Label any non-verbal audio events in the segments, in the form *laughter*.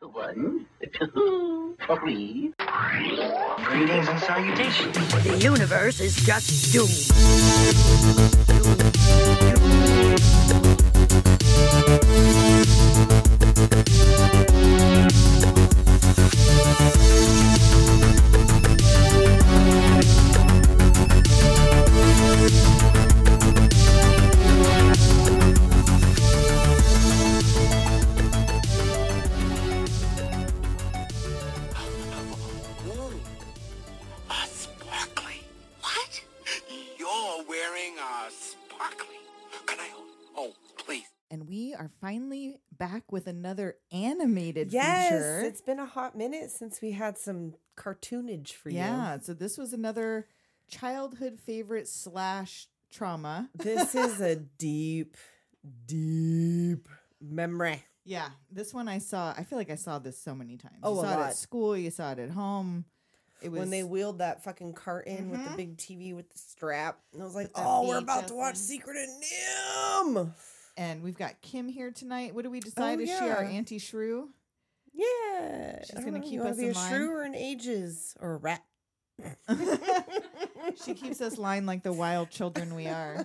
One, two, three. Greetings and salutations. The universe is just doomed. A sparkly. What? You're wearing a sparkly. Can I hold? Oh, please. and we are finally back with another animated Yes, feature. it's been a hot minute since we had some cartoonage for yeah. you. So this was another childhood favorite slash trauma. This is *laughs* a deep, deep memory. Yeah, this one I saw. I feel like I saw this so many times. Oh, you a saw it lot. at school. You saw it at home. It was when they wheeled that fucking cart in with the Mhm. big TV with the strap, and I was like, With that "Oh, we're about to VHS watch in. Secret and Nim." and we've got Kim here tonight. What do we decide? Is she our Oh, yeah. auntie shrew? *laughs* Yeah, She's I don't gonna know, you keep wanna us be in a line. shrew or an ages or a rat. She keeps us lined like the wild children *laughs* we are.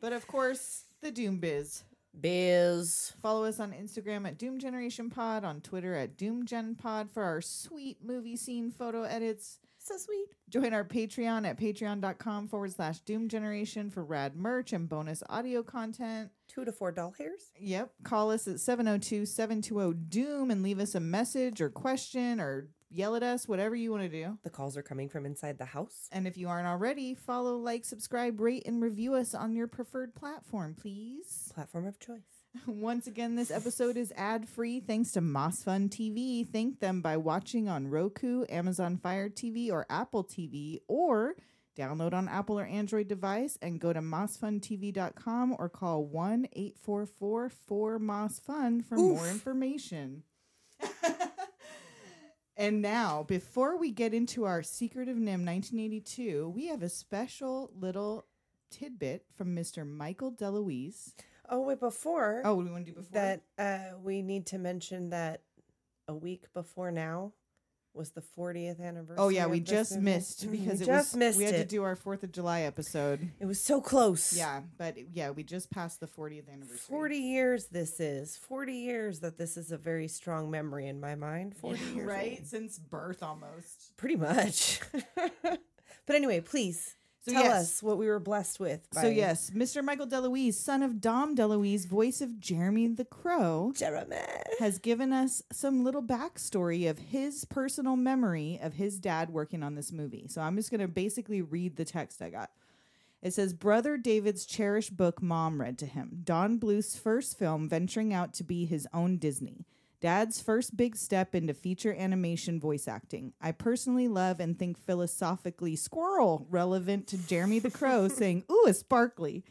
but of course, the Doom Biz. Biz. Follow us on Instagram at Doom Generation Pod, on Twitter at Doom Gen Pod for our sweet movie scene photo edits. So sweet. Join our Patreon at patreon.com forward slash Doom Generation for rad merch and bonus audio content. Two to four doll hairs. Yep. Call us at 702 720 Doom and leave us a message or question or yell at us, whatever you want to do. The calls are coming from inside the house. And if you aren't already, follow, like, subscribe, rate, and review us on your preferred platform, please. Platform of choice. Once again, this episode is ad free thanks to Moss Fun TV. Thank them by watching on Roku, Amazon Fire TV, or Apple TV, or download on Apple or Android device and go to mossfuntv.com or call 1 844 4 Moss Fun for more information. *laughs* and now, before we get into our Secret of NIM 1982, we have a special little tidbit from Mr. Michael DeLuise. Oh wait, before. Oh, we want to do before that uh, we need to mention that a week before now was the 40th anniversary. Oh yeah, we of this just movie. missed Mm, because *laughs* we it just was missed we had it. to do our Fourth of July episode. it was so close. Yeah, but yeah, we just passed the 40th anniversary. 40 years this is. 40 years that this is a very strong memory in my mind. 40 years. right old. since birth almost. Pretty much. *laughs* but anyway, please So tell yes. us what we were blessed with. So by yes, Mr. Michael DeLuise, son of Dom DeLuise, voice of Jeremy the Crow, Jeremy. has given us some little backstory of his personal memory of his dad working on this movie. So I'm just going to basically read the text I got. It says Brother David's cherished book mom read to him, Don Bluth's first film venturing out to be his own Disney. Dad's first big step into feature animation voice acting. I personally love and think philosophically squirrel relevant to Jeremy the Crow saying, Ooh, a sparkly.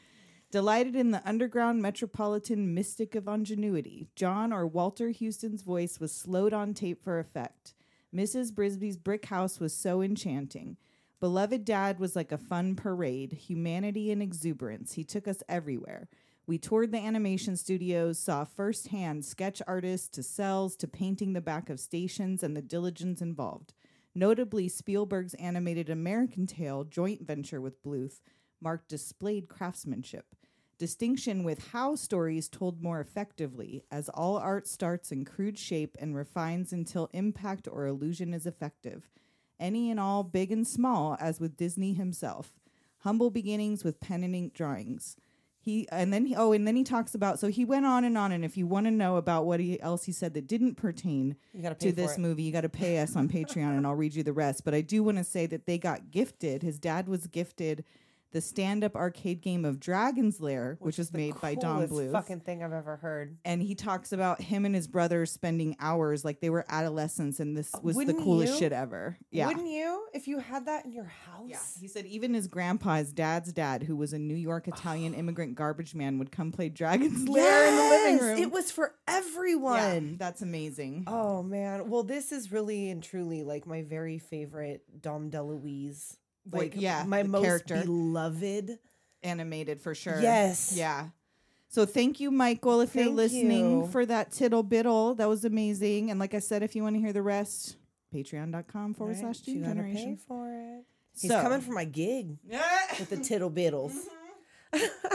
Delighted in the underground metropolitan mystic of ingenuity, John or Walter Houston's voice was slowed on tape for effect. Mrs. Brisby's brick house was so enchanting. Beloved Dad was like a fun parade, humanity and exuberance. He took us everywhere. We toured the animation studios, saw firsthand sketch artists to cells to painting the back of stations and the diligence involved. Notably, Spielberg's animated American Tail joint venture with Bluth marked displayed craftsmanship, distinction with how stories told more effectively, as all art starts in crude shape and refines until impact or illusion is effective. Any and all, big and small, as with Disney himself. Humble beginnings with pen and ink drawings. He and then he, oh, and then he talks about so he went on and on. And if you want to know about what he, else he said that didn't pertain You gotta pay to for this it. movie, you got to pay us on Patreon, and I'll read you the rest. But I do want to say that they got gifted. His dad was gifted the stand-up arcade game of Dragon's Lair, which, was the made by Don coolest Bluth. Fucking thing I've ever heard. and he talks about him and his brother spending hours like they were adolescents, and this was the Uh, wouldn't coolest you? shit ever. Yeah. Wouldn't you if you had that in your house? Yeah, he said even his grandpa, his dad's dad, who was a New York Italian immigrant garbage man, would come play Dragon's Lair in Yes, the living room. It was for Yeah, everyone. that's amazing. Oh man. Well, this is really and truly like my very favorite Dom DeLuise. Like, Like yeah, my the most character. beloved. Animated for sure. Yes. Yeah. So thank you, Michael, if you're Thank listening you. for that tittle biddle. That was amazing. And like I said, if you want to hear the rest, patreon.com forward Right, slash you gene gotta pay generation. for it. He's So- *laughs* coming for my gig with the tittle biddles. Mm-hmm.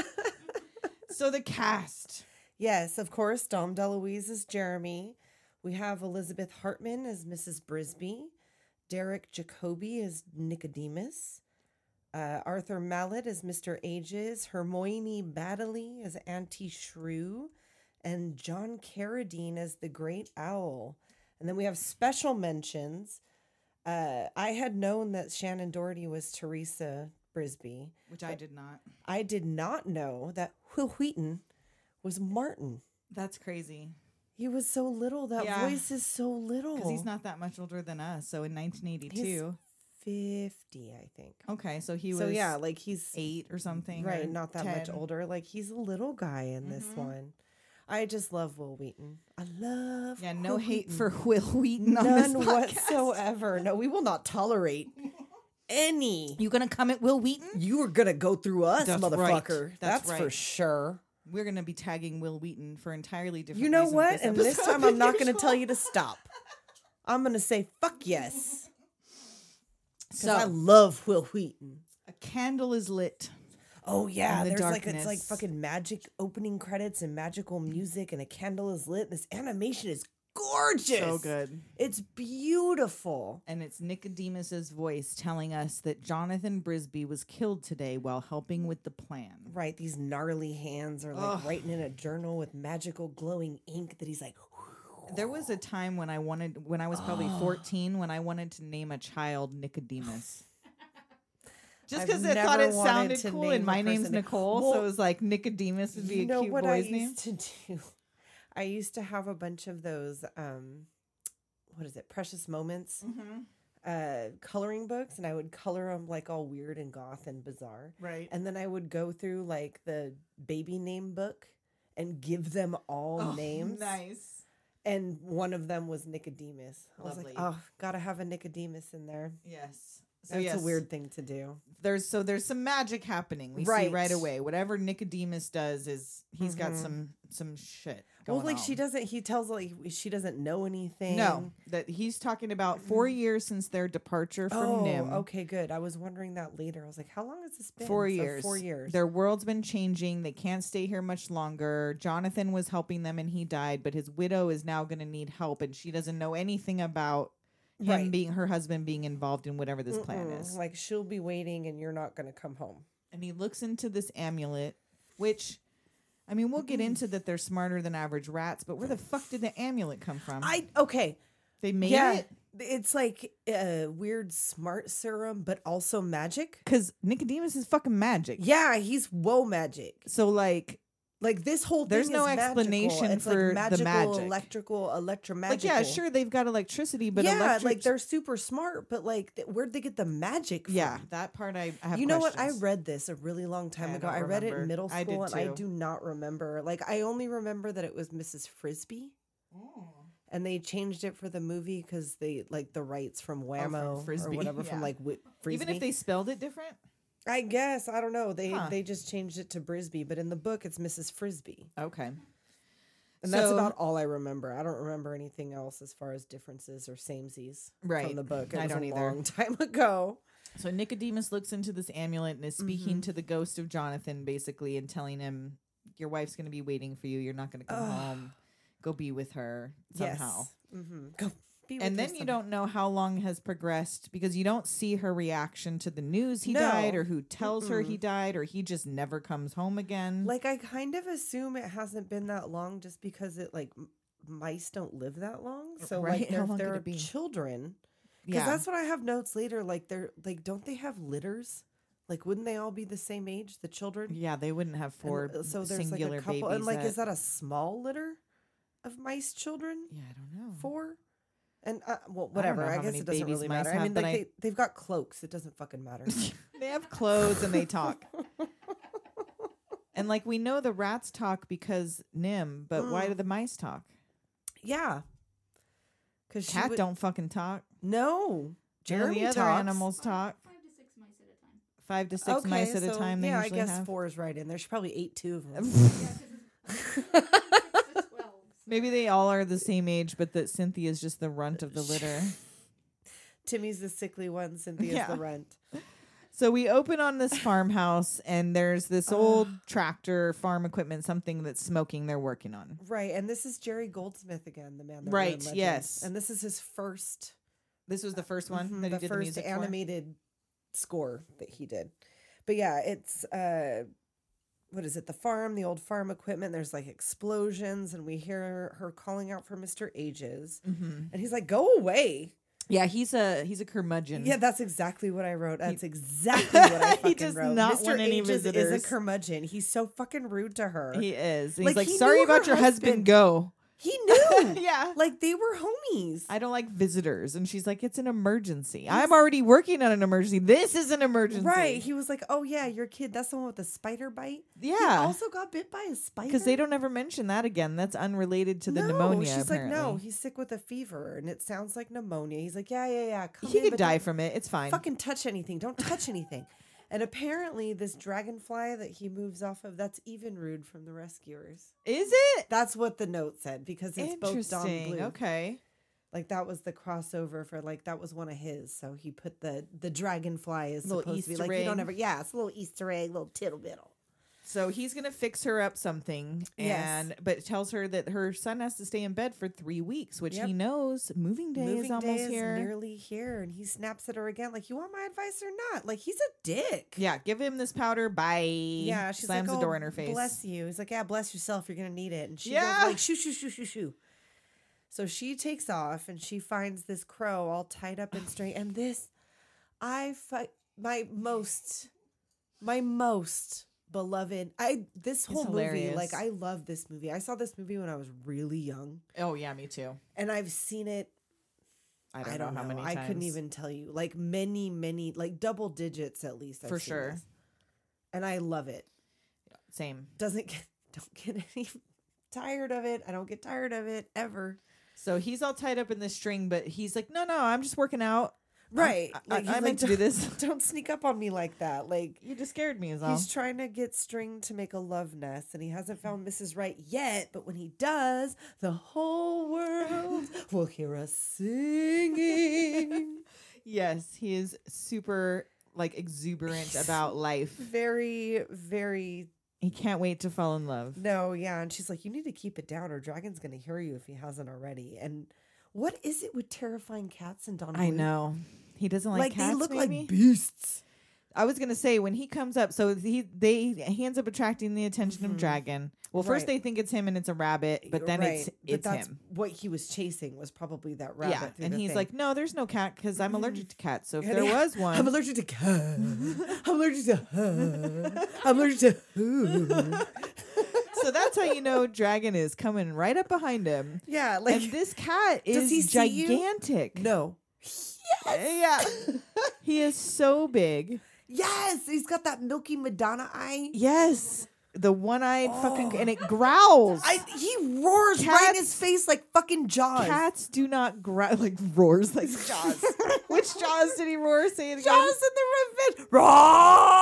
so the cast. Yes, of course. Dom DeLuise is Jeremy. We have Elizabeth Hartman as Mrs. Brisby. Derek Jacobi as Nicodemus. Uh, Arthur Mallet as Mr. Ages. Hermione Baddeley as Auntie Shrew. And John Carradine as the Great Owl. And then we have special mentions. Uh, I had known that Shannon Doherty was Teresa Brisby. Which I did not. I did not know that Will Wheaton was Martin. That's crazy. He was so little. That Yeah. voice is so little. Because he's not that much older than us. So in 1982. fifty, I think. okay. So Oh, he was so yeah, like he's eight or something. or Mm-hmm. right, not that much 10. older. Like he's a little guy in this one. I just love Will Wheaton. I love Yeah. Will No hate Wheaton. for *laughs* Will Wheaton on this none *laughs* podcast. whatsoever. No, we will not tolerate *laughs* any. You going to come at Will Wheaton? You are gonna go through us, That's right. motherfucker. That's That's, for right. sure. We're going to be tagging Will Wheaton for entirely different You know reasons what? and this episode time than I'm not going to usual. tell you to stop. I'm going to say fuck yes. So I *laughs* So love Will Wheaton. a candle is lit. Oh yeah, the there's like it's like darkness. fucking magic opening credits and magical music and a candle is lit. This animation is gorgeous. So good. It's beautiful. And it's Nicodemus's voice telling us that Jonathan Brisby was killed today while helping with the plan. Right, these gnarly hands are like Ugh. writing in a journal with magical glowing ink that he's like There was a time when I wanted, when I *gasps* was probably 14, when I wanted to name a *laughs* child Nicodemus. Just I've because I thought never it wanted sounded to cool, name and a my name's person- Nicole, so Well, it was like Nicodemus would be you a know cute what boy's I name. used to do? *laughs* I used to have a bunch of those. Um, what is it? Precious moments. Mm-hmm. Uh, coloring books, and I would color them like all weird and goth and bizarre. Right. And then I would go through like the baby name book and give them all names. Nice. And one of them was Nicodemus. I was Lovely. like, oh, gotta have a Nicodemus in there. Yes. So That's yes, a weird thing to do. There's so there's some magic happening. We see Right. Mm-hmm. right away. Whatever Nicodemus does is he's got some some shit. Well, going like she on. doesn't. He tells like she doesn't know anything. No, that he's talking about four years since their departure from oh, NIM. Okay, good. I was wondering that later. I was like, how long has this been? Four So years. Four years. Their world's been changing. They can't stay here much longer. Jonathan was helping them and he died, but his widow is now going to need help and she doesn't know anything about him Right. being her husband being involved in whatever this plan Mm, is. Like she'll be waiting, and you're not going to come home. and he looks into this amulet, which I mean, we'll Mm. get into that they're smarter than average rats, but where the fuck did the amulet come from? I okay. they made yeah, it it's like a weird smart serum, but also magic. because Nicodemus is fucking magic. Yeah, he's whoa magic. So like Like this whole There's thing no is magical. explanation It's for the like magical, magic. electrical, electromagical. Like yeah, sure they've got electricity, but yeah, electric- like they're super smart, but like, th- where'd they get the magic? From? yeah, that part I, I have. you know what? I questions. read this a really long time I ago. don't I read it remember. in middle I did school, and I too. do not remember. Like, I only remember that it was Mrs. Frisbee, and they changed it for the movie because they like the rights from Whammo Oh, Frisbee, or whatever yeah. from like Wh- Frisbee. even if they spelled it different. I guess I don't know. They Huh. they just changed it to Brisby, but in the book it's Mrs. Frisbee, Okay, and that's So- about all I remember. I don't remember anything else as far as differences or samesies Right. from the book. It I was don't a either. long *laughs* time ago. so Nicodemus looks into this amulet and is speaking Mm-hmm. to the ghost of Jonathan, basically, and telling him, "Your wife's going to be waiting for you. You're not going to come home. Go be with her somehow." Yes. Mm-hmm. Go be with her And then you somehow. don't know how long has progressed because you don't see her reaction to the news he No. died, or who tells her he died, or he just never comes home again. Like I kind of assume it hasn't been that long, just because it like m- mice don't live that long. So right, *laughs* like how there, long there could are it be? children, because that's what I have notes later. Like they're like, don't they have litters? Like wouldn't they all be the same age, the children? yeah, they wouldn't have And, four uh, so there's like singular a couple, babies. and like is that a small litter of mice children? yeah, I don't know. Four. Hmm. And uh, well, whatever. know I, how guess many it doesn't babies really mice matter. I have, mean, but like I- they they've got cloaks. It doesn't fucking *laughs* matter. they have clothes and *laughs* they talk. and like we know the rats talk because Nim, but why Mm. do the mice talk? yeah. Because Cat don't fucking talk. No. None of Jeremy the other talks. animals talk. Five to six mice at a time. Five to six mice at a so, time. They yeah, I usually guess have. *laughs* four is right in there. She probably ate two of them. Yeah, because *laughs* Maybe they all are the same age, but that Cynthia's just the runt of the litter. Timmy's the sickly one, Cynthia's Yeah. the runt. So we open on this farmhouse, and there's this old tractor, farm equipment, something that's smoking. They're working on. Right, and this is Jerry Goldsmith again, the man. That Right, ruined Legends. yes. and this is his first, This was the first one mhm, that the he did the first music for. animated score that he did. But yeah, it's uh, what is it? The farm, the old farm equipment. There's like explosions, and we hear her calling out for Mister Ages, Mhm. and he's like, "Go away." Yeah, he's a he's a curmudgeon. Yeah, that's exactly what I wrote. That's exactly what I *laughs* He fucking does wrote. not Mr. want any Ages visitors. is a curmudgeon. He's so fucking rude to her. he is. And Like, he's like, he sorry knew about her your husband. husband." *laughs* Go. He knew. *laughs* yeah. Like they were homies. I don't like visitors, and she's like, it's an emergency. I'm already working on an emergency. This is an emergency, Right. He was like, "Oh yeah, your kid. That's the one with the spider bite." He Yeah. also got bit by a spider. Because they don't ever mention that again. That's unrelated to the no. pneumonia. She's apparently. like, "No, he's sick with a fever, and it sounds like pneumonia." He's like, "Yeah, yeah, yeah. Come he in, could but die don't from it. It's fine. Fucking touch anything. Don't touch anything." And apparently, this dragonfly that he moves off of, that's even rude from the rescuers. Is it? That's what the note said because it's both Don Interesting. Blue. Okay. Like that was the crossover for like that was one of his. So he put the the dragonfly is Little supposed to be Easter like you don't egg. ever yeah, it's a little Easter egg, little tittle biddle. So he's gonna fix her up something, Yes. and but tells her that her son has to stay in bed for three weeks, which Yep. he knows moving day Moving is almost day is here. nearly here, and he snaps at her again, like, "You want my advice or not?" Like he's a dick. yeah, give him this powder. Bye. yeah. She's slams like, the door "Oh, in her face. Bless you. He's like, "Yeah, bless yourself. You're gonna need it." And she Yeah. goes like, "Shoo, shoo, shoo, shoo, shoo." So she takes off, and she finds this crow all tied up and straight. And this, I fu- my most, my most beloved. I this whole movie, hilarious. like, I love this movie. I saw this movie when I was really young, Oh yeah, me too. and I've seen it I don't, know, how many. I couldn't times. even tell you. Like many, many, like double digits at least. I've For seen sure. this. And I love it. Same. Doesn't get *laughs* don't get any tired of it. I don't get tired of it ever. So he's all tied up in this string, but he's like, no, no, I'm just working out. Right. I- I- he's I meant to do "Don't- this." *laughs* Don't sneak up on me like that. Like You just scared me, is all. he's trying to get string to make a love nest, and he hasn't found Mrs. Right yet. But when he does, the whole world *laughs* will hear us singing. yes, he is super *laughs* like exuberant about life. Very, very He can't wait to fall in love. No, yeah. And she's like, you need to keep it down or Dragon's going to hear you if he hasn't already. And what is it with terrifying cats and Don I Bluth? know. He doesn't like, Like, cats. they look maybe? like beasts. I was gonna say when he comes up, so he they he ends up attracting the attention of Dragon. Well, first Mm-hmm. Right. they think it's him and it's a rabbit, but then it's Right, it's but that's him. What he was chasing was probably that rabbit. yeah, through and the he's thing. like, no, there's no cat because I'm allergic to cats. *laughs* So if And there he- was one, I'm allergic to *laughs* cats. I'm allergic to her. I'm allergic to *laughs* who. so that's how you know Dragon is coming right up behind him. Yeah, like, *laughs* and this cat is does he see you? gigantic. no. *laughs* Yeah, he is so big. Yes, he's got that milky Madonna eye. Yes, the one-eyed fucking and it growls. Oh. I, he roars right in Cats- his face like fucking Jaws. Cats do not growl *laughs* like roars like Jaws. *laughs* Which Jaws did he roar? Say it again. Jaws in the revenge. Roar!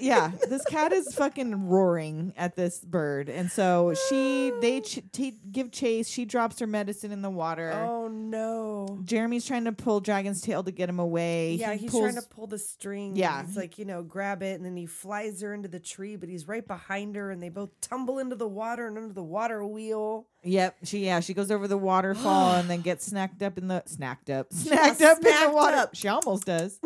*laughs* yeah. This cat is fucking roaring at this bird, and so she *sighs* they ch- t- give chase. She drops her medicine in the water. Oh no. Jeremy's trying to pull Dragon's tail to get him away. Yeah, He he's pulls- trying to pull the string. and Yeah. He's like, you know, grab it and then he flies her into the tree, but he's right behind her and they both tumble into the water and under the water wheel. Yep, she yeah she goes over the waterfall and then gets snacked up in the *laughs* snacked up snacked got up in snacked the water. up. She almost does.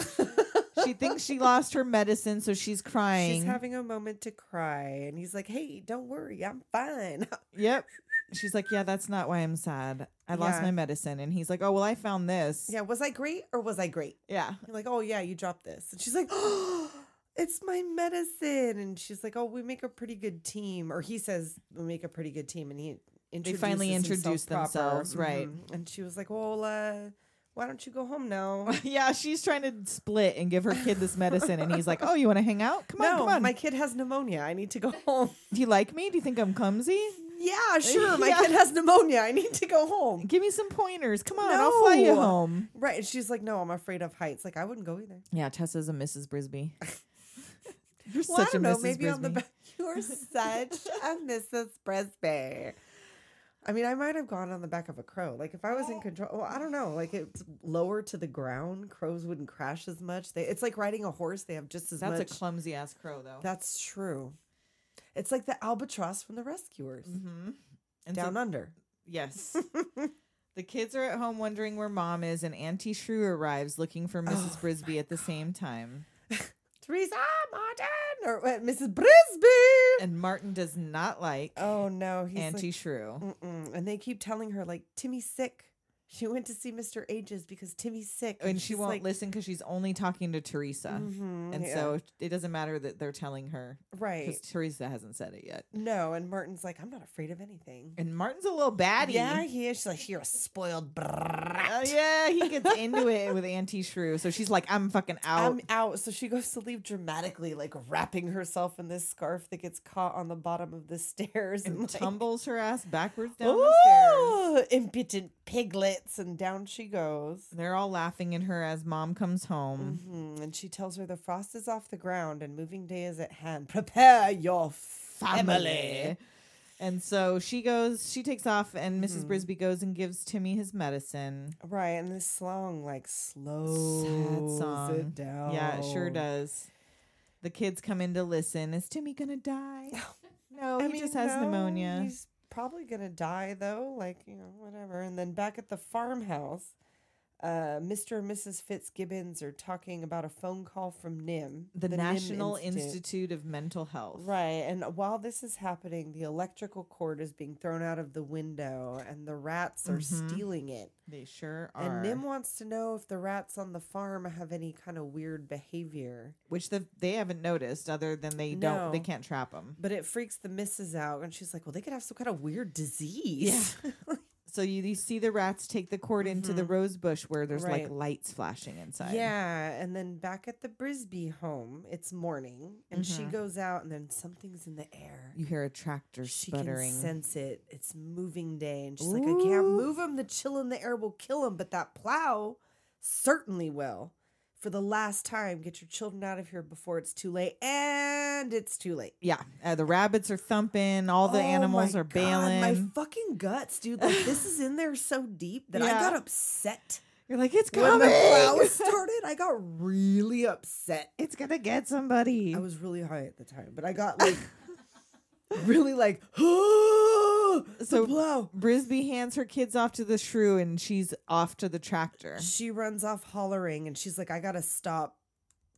she thinks she lost her medicine, so she's crying. *laughs* She's having a moment to cry and he's like, "Hey, don't worry. I'm fine." *laughs* Yep. She's like, yeah, that's not why I'm sad. I lost Yeah. my medicine. And he's like, oh, well, I found this. yeah, was I great or was I great? Yeah. *laughs* You're like, "Oh, yeah, you dropped this." And she's like, *gasps* "Oh, it's my medicine." And she's like, "Oh, we make a pretty good team." Or he says, "We make a pretty good team." And he They finally introduces himself introduce proper. themselves, right. Mhm. And she was like, "Well, uh, why don't you go home *laughs* now?" Yeah, she's trying to split and give her kid this medicine. And he's like, *laughs* oh, you want to hang out? Come on, no, come on. my kid has pneumonia. I need to go home. Do you like me? Do you think I'm clumsy? *laughs* yeah, sure. My Yeah. kid has pneumonia. I need to go home. Give me some pointers. Come on, I'll fly you No. home. *laughs* Right. And she's like, no, I'm afraid of heights. Like, I wouldn't go either. Yeah, Tessa's a Mrs. Brisby. You're Well, such I don't a know. Mrs. Maybe Brisby. on the back. *laughs* You're such a Mrs. Brisby. I mean, I might have gone on the back of a crow. Like if I was in control, well, I don't know. Like it's lower to the ground. Crows wouldn't crash as much. They, it's like riding a horse. They have just as That's much. a clumsy ass crow, though. That's true. It's like the albatross from the rescuers mm-hmm. And so- down under. *laughs* Yes. the kids are at home wondering where mom is, and Auntie Shrew arrives looking Oh for Mrs. Brisby at the same time. Teresa Martin or uh, Mrs. Brisby. And Martin does not like Oh no, he's Auntie like, Mm, Shrew. Mm-mm. and they keep telling her like Timmy's sick. She went to see Mr. Ages because Timmy's sick, And she she's won't like, listen because she's only talking to Teresa. "Mhm, And yeah." so it doesn't matter that they're telling her right, because Teresa hasn't said it yet. no, and Martin's like, I'm not afraid of anything. And Martin's a little baddie. Yeah, he is. She's like, you're a spoiled brat. Oh, yeah, *laughs* he gets into it with Auntie Shrew. So she's like, I'm fucking out. I'm out. So she goes to leave dramatically, like wrapping herself in this scarf that gets caught on the bottom of the stairs and and, like, tumbles her ass backwards down the stairs. "Ooh, Impotent piglets, and down she goes. They're all laughing at her as mom comes home. Mhm, And she tells her the frost is off the ground and moving day is at hand. *laughs* Prepare your Mm-hmm. family. family. And so she goes, she takes off, and missus Mm-hmm. Brisby goes and gives Timmy his medicine. Right, and this song like slows song. it down. Yeah, it Oh. sure does. The kids come in to listen. Is Timmy *laughs* gonna die? No, I Oh, he mean, just has no, pneumonia. He's probably gonna die though, like you know, whatever. And then back at the farmhouse, uh, Mr. and Mrs. Fitzgibbons are talking about a phone call from NIM, The, NIM National Institute. Institute of Mental Health. Right, and while this is happening, the electrical cord is being thrown out of the window, and the rats are Mhm. stealing it. They sure are. And Nim wants to know if the rats on the farm have any kind of weird behavior. which the, they haven't noticed, other than they don't, they No. can't trap them. But it freaks the missus out, and she's like, "Well, they could have some kind of weird disease." *laughs* So you, you see the rats take the cord into the rose bush where there's like Mm-hmm. Right. lights flashing inside. Yeah, and then back at the Brisby home, it's morning, and she goes out, and then something's in the air. you hear a tractor She sputtering. can sense it. It's moving day, and she's like, "I can't Ooh. move him. The chill in the air will kill him, but that plow certainly will." For the last time, get your children out of here before it's too late, and it's too late. Yeah, uh, the rabbits are thumping. All the Oh animals my are God, bailing. my fucking guts, dude. Like this is in there so deep that I Yeah. got upset. You're like, it's When the coming. *laughs* plow started, I got really upset. it's gonna get somebody. I was really high at the time, but I got *laughs* like really like *gasps* so So- blow. Brisby hands her kids off to the shrew, and she's off to the tractor. She runs off hollering and she's like, I gotta stop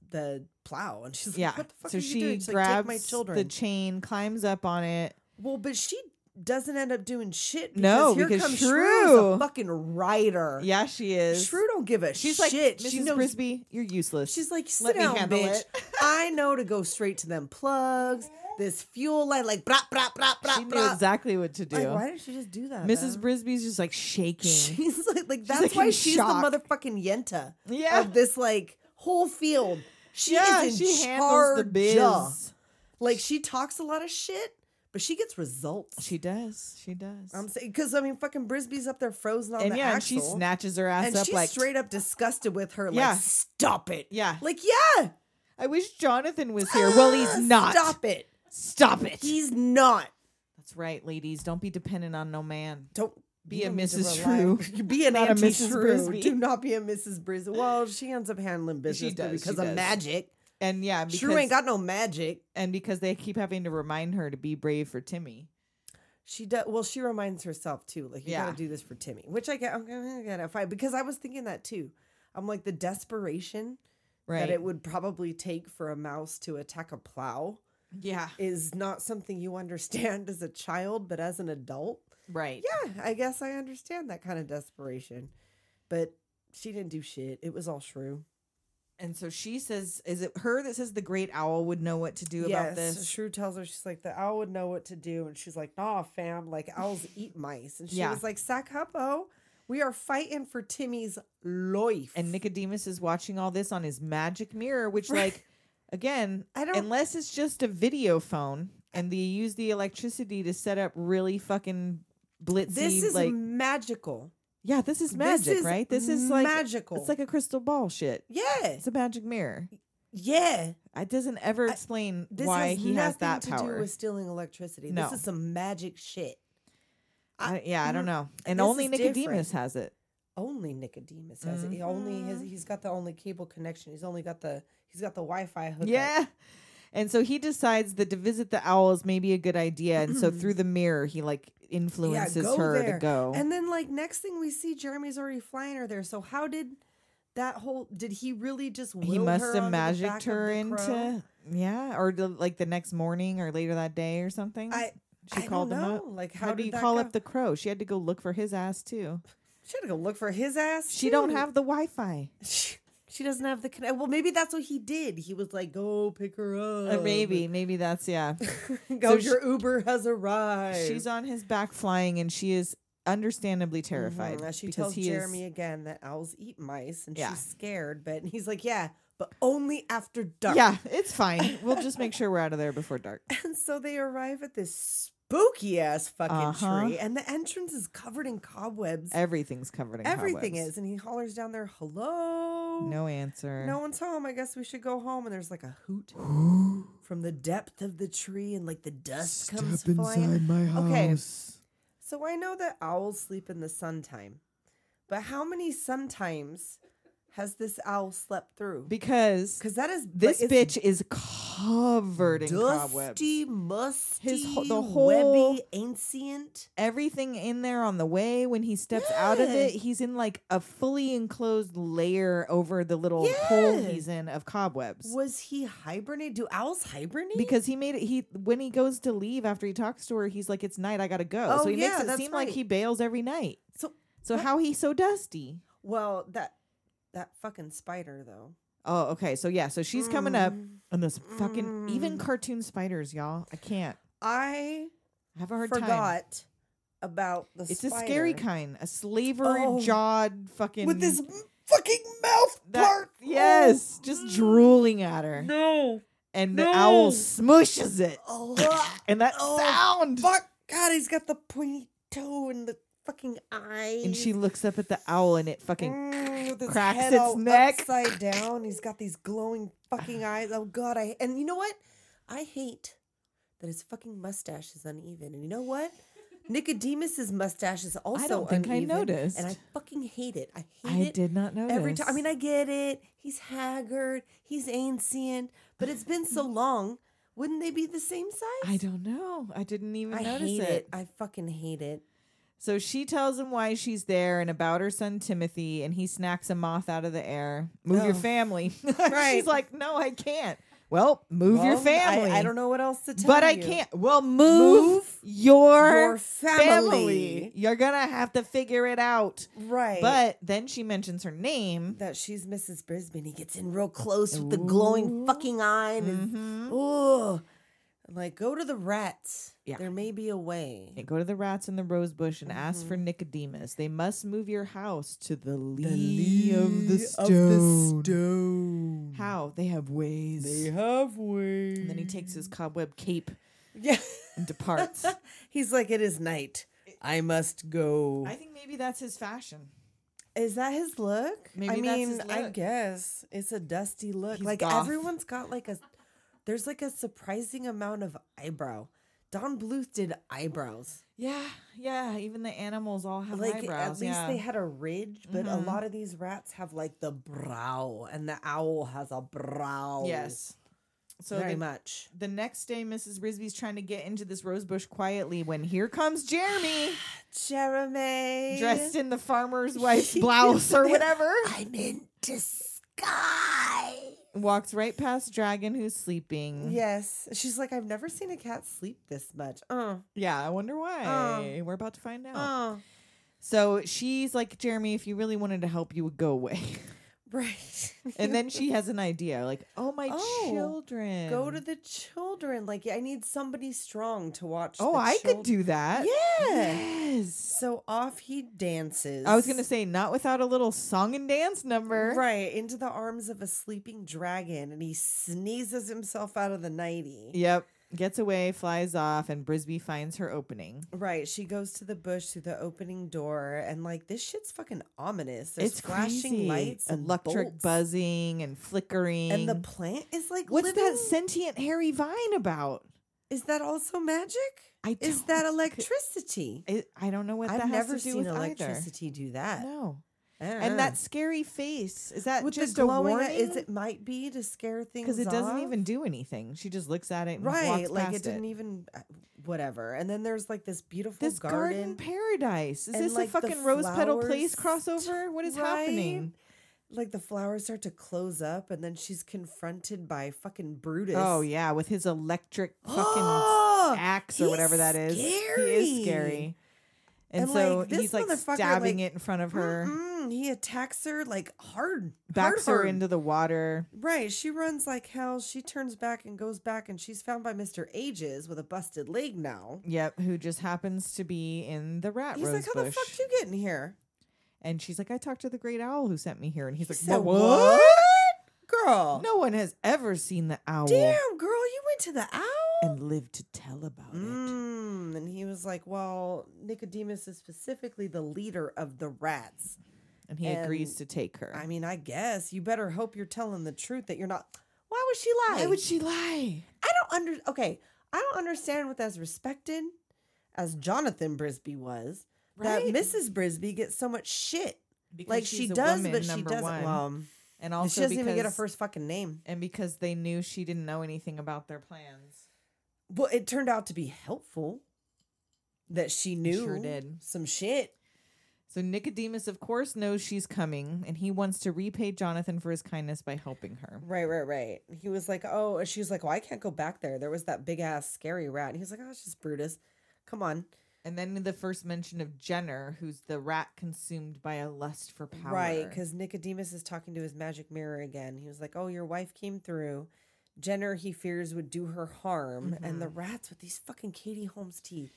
the plow. And she's like, yeah. What the fuck so are you she doing? She's grabs like, take my children. the chain, climbs up on it. well, but she doesn't end up doing shit because No, here because comes Shrew is Shrew- a fucking writer. Yeah, she is. Shrew don't give a she's like, shit. Mrs. she knows Brisby, you're useless. She's like, sit Let me down, handle bitch. it." *laughs* I know to go straight to them plugs. This fuel line, like, brah, brah, brah, brah, she knew brah. exactly what to do. Like, why did she just do that? Mrs. though? Brisby's just like shaking. She's *laughs* like, like that's like why in she's shock. the motherfucking Yenta Yeah. of this like whole field. She yeah, is in she handles charge. the biz. Like she talks a lot of shit, but she gets results. She does. She does. I'm saying because I mean, fucking Brisby's up there frozen on and the yeah, and axle, she snatches her ass and up she's like straight up disgusted with her. Yeah. Like, stop it. Yeah. Like, yeah. I wish Jonathan was *gasps* here. Well, Ah, he's not. Stop it. Stop it. He's not. That's right, ladies. Don't be dependent on no man. Don't Be you a don't need to Mrs. rely- Shrew. *laughs* Be an Not a Auntie Mrs. Shrew. Brisby. Do not be a Mrs. Brisby. Well, she ends up handling business but does, she because does. of magic. And yeah, because, Shrew ain't got no magic. and because they keep having to remind her to be brave for Timmy. She does. Well, she reminds herself too. Like you Yeah. gotta do this for Timmy, which I get. I'm gonna get a fight because I was thinking that too. I'm like the desperation Right. that it would probably take for a mouse to attack a plow yeah. is not something you understand as a child, but as an adult, Right. yeah, I guess I understand that kind of desperation. But she didn't do shit. It was all shrew. And so she says, is it her that says the great owl would know what to do about this? Shrew tells her she's like the owl would know what to do, and she's like, "Nah, fam, like *laughs* owls eat mice." And she Yeah. was like, "Sakapo, we are fighting for Timmy's life." And Nicodemus is watching all this on his magic mirror, *laughs* which like again, I don't- unless it's just a video phone and they use the electricity to set up really fucking blitzy this is like magical. Yeah, this is This magic, is right? This is like magical. It's like a crystal ball shit. yeah, It's a magic mirror. Yeah. It doesn't ever explain This why has he nothing has that to power. do with stealing electricity. No. This is some magic shit. I- yeah, I don't know. And mm-hmm. This only is Nicodemus different. has it. Only Nicodemus has it. He only Mm-hmm. his he's got the only cable connection. He's only got the he's got the Wi-Fi hookup. Yeah. And so he decides that to visit the owl is maybe a good idea. *clears throat* And so through the mirror, he like influences go her there. to go. And then like next thing we see, Jeremy's already flying her there. So how did that whole did he really just he will must her onto have the back magicked of her the into crow? yeah, or the, like the next morning or later that day or something. I- I she don't called him up. know. Like, how, how do did you that call go? up the crow? She had to go look for his ass too. She had to go look for his ass. She don't too. have the Wi-Fi. *laughs* She, she doesn't have the connect. Well, maybe that's what he did. He was like, "Go pick her up." Or *laughs* Uh, maybe, maybe that's yeah. Go, So she- your Uber has arrived. She's on his back flying, and she is understandably terrified Mhm, as She because tells he Jeremy is. again that owls eat mice, and Yeah. she's scared. But he's like, "Yeah, but only after dark." Yeah, it's *laughs* fine. We'll just make sure we're out of there before dark. And so they arrive at this spooky ass fucking Uh-huh. tree, and the entrance is covered in cobwebs. Everything's covered in Everything cobwebs. is, and he hollers down there, "Hello." No answer. No one's home. I guess we should go home. And there's like a *gasps* hoot from the depth of the tree, and like the dust comes flying. Okay, so I know that owls sleep in the sun time, but how many sun times has this owl slept through? because Because that is like, this it's bitch is covered in cobwebs. dusty, musty, His wh- the whole- webby, ancient. Everything in there on the way when he steps out of it, Yeah. he's in like a fully enclosed layer over the little hole Yeah. he's in of cobwebs. Was he hibernate? Do owls hibernate? because he made it he when he goes to leave after he talks to her he's like it's night i gotta go Oh, so he yeah, makes it that's seem like right. he bails every night so so how he so dusty well that that fucking spider though. oh okay so yeah so she's coming up Mm. and those fucking even cartoon spiders y'all i can't I I have a hard forgot time about the it's spider. a scary kind a slaver Oh. jawed fucking with this m- fucking mouth that- part. Oh, yes just drooling at her No. and the owl smushes it *laughs* Oh, and that Oh, sound fuck. God, he's got the pointy toe and the fucking eye. and she looks up at the owl and it fucking with his cracks head its all neck. upside down. He's got these glowing *sighs* fucking eyes. Oh god, I and you know what? I hate that his fucking mustache is uneven. And you know what? Nicodemus's mustache is also don't think I uneven, noticed. and I fucking hate it. I hate I it. did not Every time, I notice. mean, I get it. He's haggard. He's ancient. But it's been *laughs* so long. Wouldn't they be the same size? I don't know. I didn't even I notice hate it. it. I fucking hate it. So she tells him why she's there and about her son Timothy, and he snacks a moth out of the air. Move your Oh. family. *laughs* Right. she's like, no, I can't. Well, move your Well, I- family. I, don't know what else to tell But I you. can't. Well, move, Move your, your family. You're gonna have to figure it out. Right. But then she mentions her name. that she's Mrs. Brisbane. He gets in real close with the glowing fucking eye. And Mm-hmm. oh, like go to the rats. Yeah. there may be a way. And go to the rats in the rose bush and ask for Nicodemus. They must move your house to Mm-hmm. the lee, of the stone. stone. How they have ways. have way. And then he takes his cobweb cape *laughs* Yeah, and *laughs* departs. he's like, it is night. I must go. I think maybe that's his fashion. Is that his look? I Maybe that's mean, his I look. guess it's a dusty look. He's like goth. everyone's got like a there's like a surprising amount of eyebrow. Don Bluth did eyebrows. Yeah, yeah. Even the animals all have Like eyebrows. at least yeah. Mm-hmm. they had a ridge, but a lot of these rats have like the brow and the owl has a brow. yes. So Very the, much. the next day, Mrs. Brisby's trying to get into this rose bush quietly when here comes Jeremy Jeremy dressed in the *laughs* *laughs* farmer's wife's blouse or whatever. I'm in disguise. Walks right past Dragon who's sleeping. Yes. She's like, I've never seen a cat sleep this much. Uh, Yeah, I wonder why. Um, We're about to find out. uh. *laughs* So she's like, Jeremy, if you really wanted to help, you would go away. *laughs* Right. And then she has an idea, like, "Oh my Oh, *laughs* children, go to the children. Like I need somebody strong to watch. oh, the I could children. do that. Yeah. Yes. So off he dances. I was gonna say not without a little song and dance number. right into the arms of a sleeping dragon, and he sneezes himself out of the nighty. Yep. Gets away, flies off, and Brisby finds her opening. Right. She goes to the bush through the opening door, and like this shit's fucking ominous. There's flashing crazy. lights, and electric bolts, buzzing and flickering. and the plant is like. what's living? that sentient hairy vine about? Is that also magic? I Is don't- that electricity? I, I don't know what I've that never has to do seen with electricity do that. Either. No, I don't know. and that scary face is that with just the glowing, a eye- warning? is it might be to scare things because it doesn't off? even do anything? She just looks at it and right walks like past it didn't even uh, whatever and then there's like this beautiful This garden, paradise is and, this like, a the fucking rose petal place flowers t- crossover? What is right? happening? like the flowers start to close up and then she's confronted by fucking brutus *gasps* Oh yeah, with his electric fucking fucking axe or he's whatever that is. He scary. is scary. And, And, so like, this he's like motherfucker, stabbing like, it in front of her, he attacks her like hard backs hard, her hard. into the water. right she runs like hell she turns back and goes back and she's found by mr ages with a busted leg now Yep, who just happens to be in the rat he's rose like how the bush. fuck did you get in here And she's like, I talked to the great owl who sent me here. And he's like, said, "What? girl No one has ever seen the owl damn girl you went to the owl and lived to tell about it. Mm, and he was like, Well, Nicodemus is specifically the leader of the rats. And he and agrees to take her. I mean, I guess you better hope you're telling the truth that you're not. Why would she lie? Why would she lie? I don't under. Okay, I don't understand with as respected as Jonathan Brisby was Right? that Mrs. Brisby gets so much shit. Because like she she's a does, woman, but she number doesn't. one. Well, and also she doesn't even get a because- first fucking name. And because they knew she didn't know anything about their plans. Well, it turned out to be helpful that she knew sure did. some shit. So Nicodemus, of course, knows she's coming, and he wants to repay Jonathan for his kindness by helping her. Right, right, right. He was like, "Oh," and she was like, "Well, I can't go back there. There was that big ass scary rat." And he was like, "Oh, it's just Brutus. Come on." And then the first mention of Jenner, who's the rat consumed by a lust for power. Right, because Nicodemus is talking to his magic mirror again. He was like, "Oh, your wife came through." Jenner, he fears, would do her harm, and Mm-hmm. the rats with these fucking Katie Holmes teeth.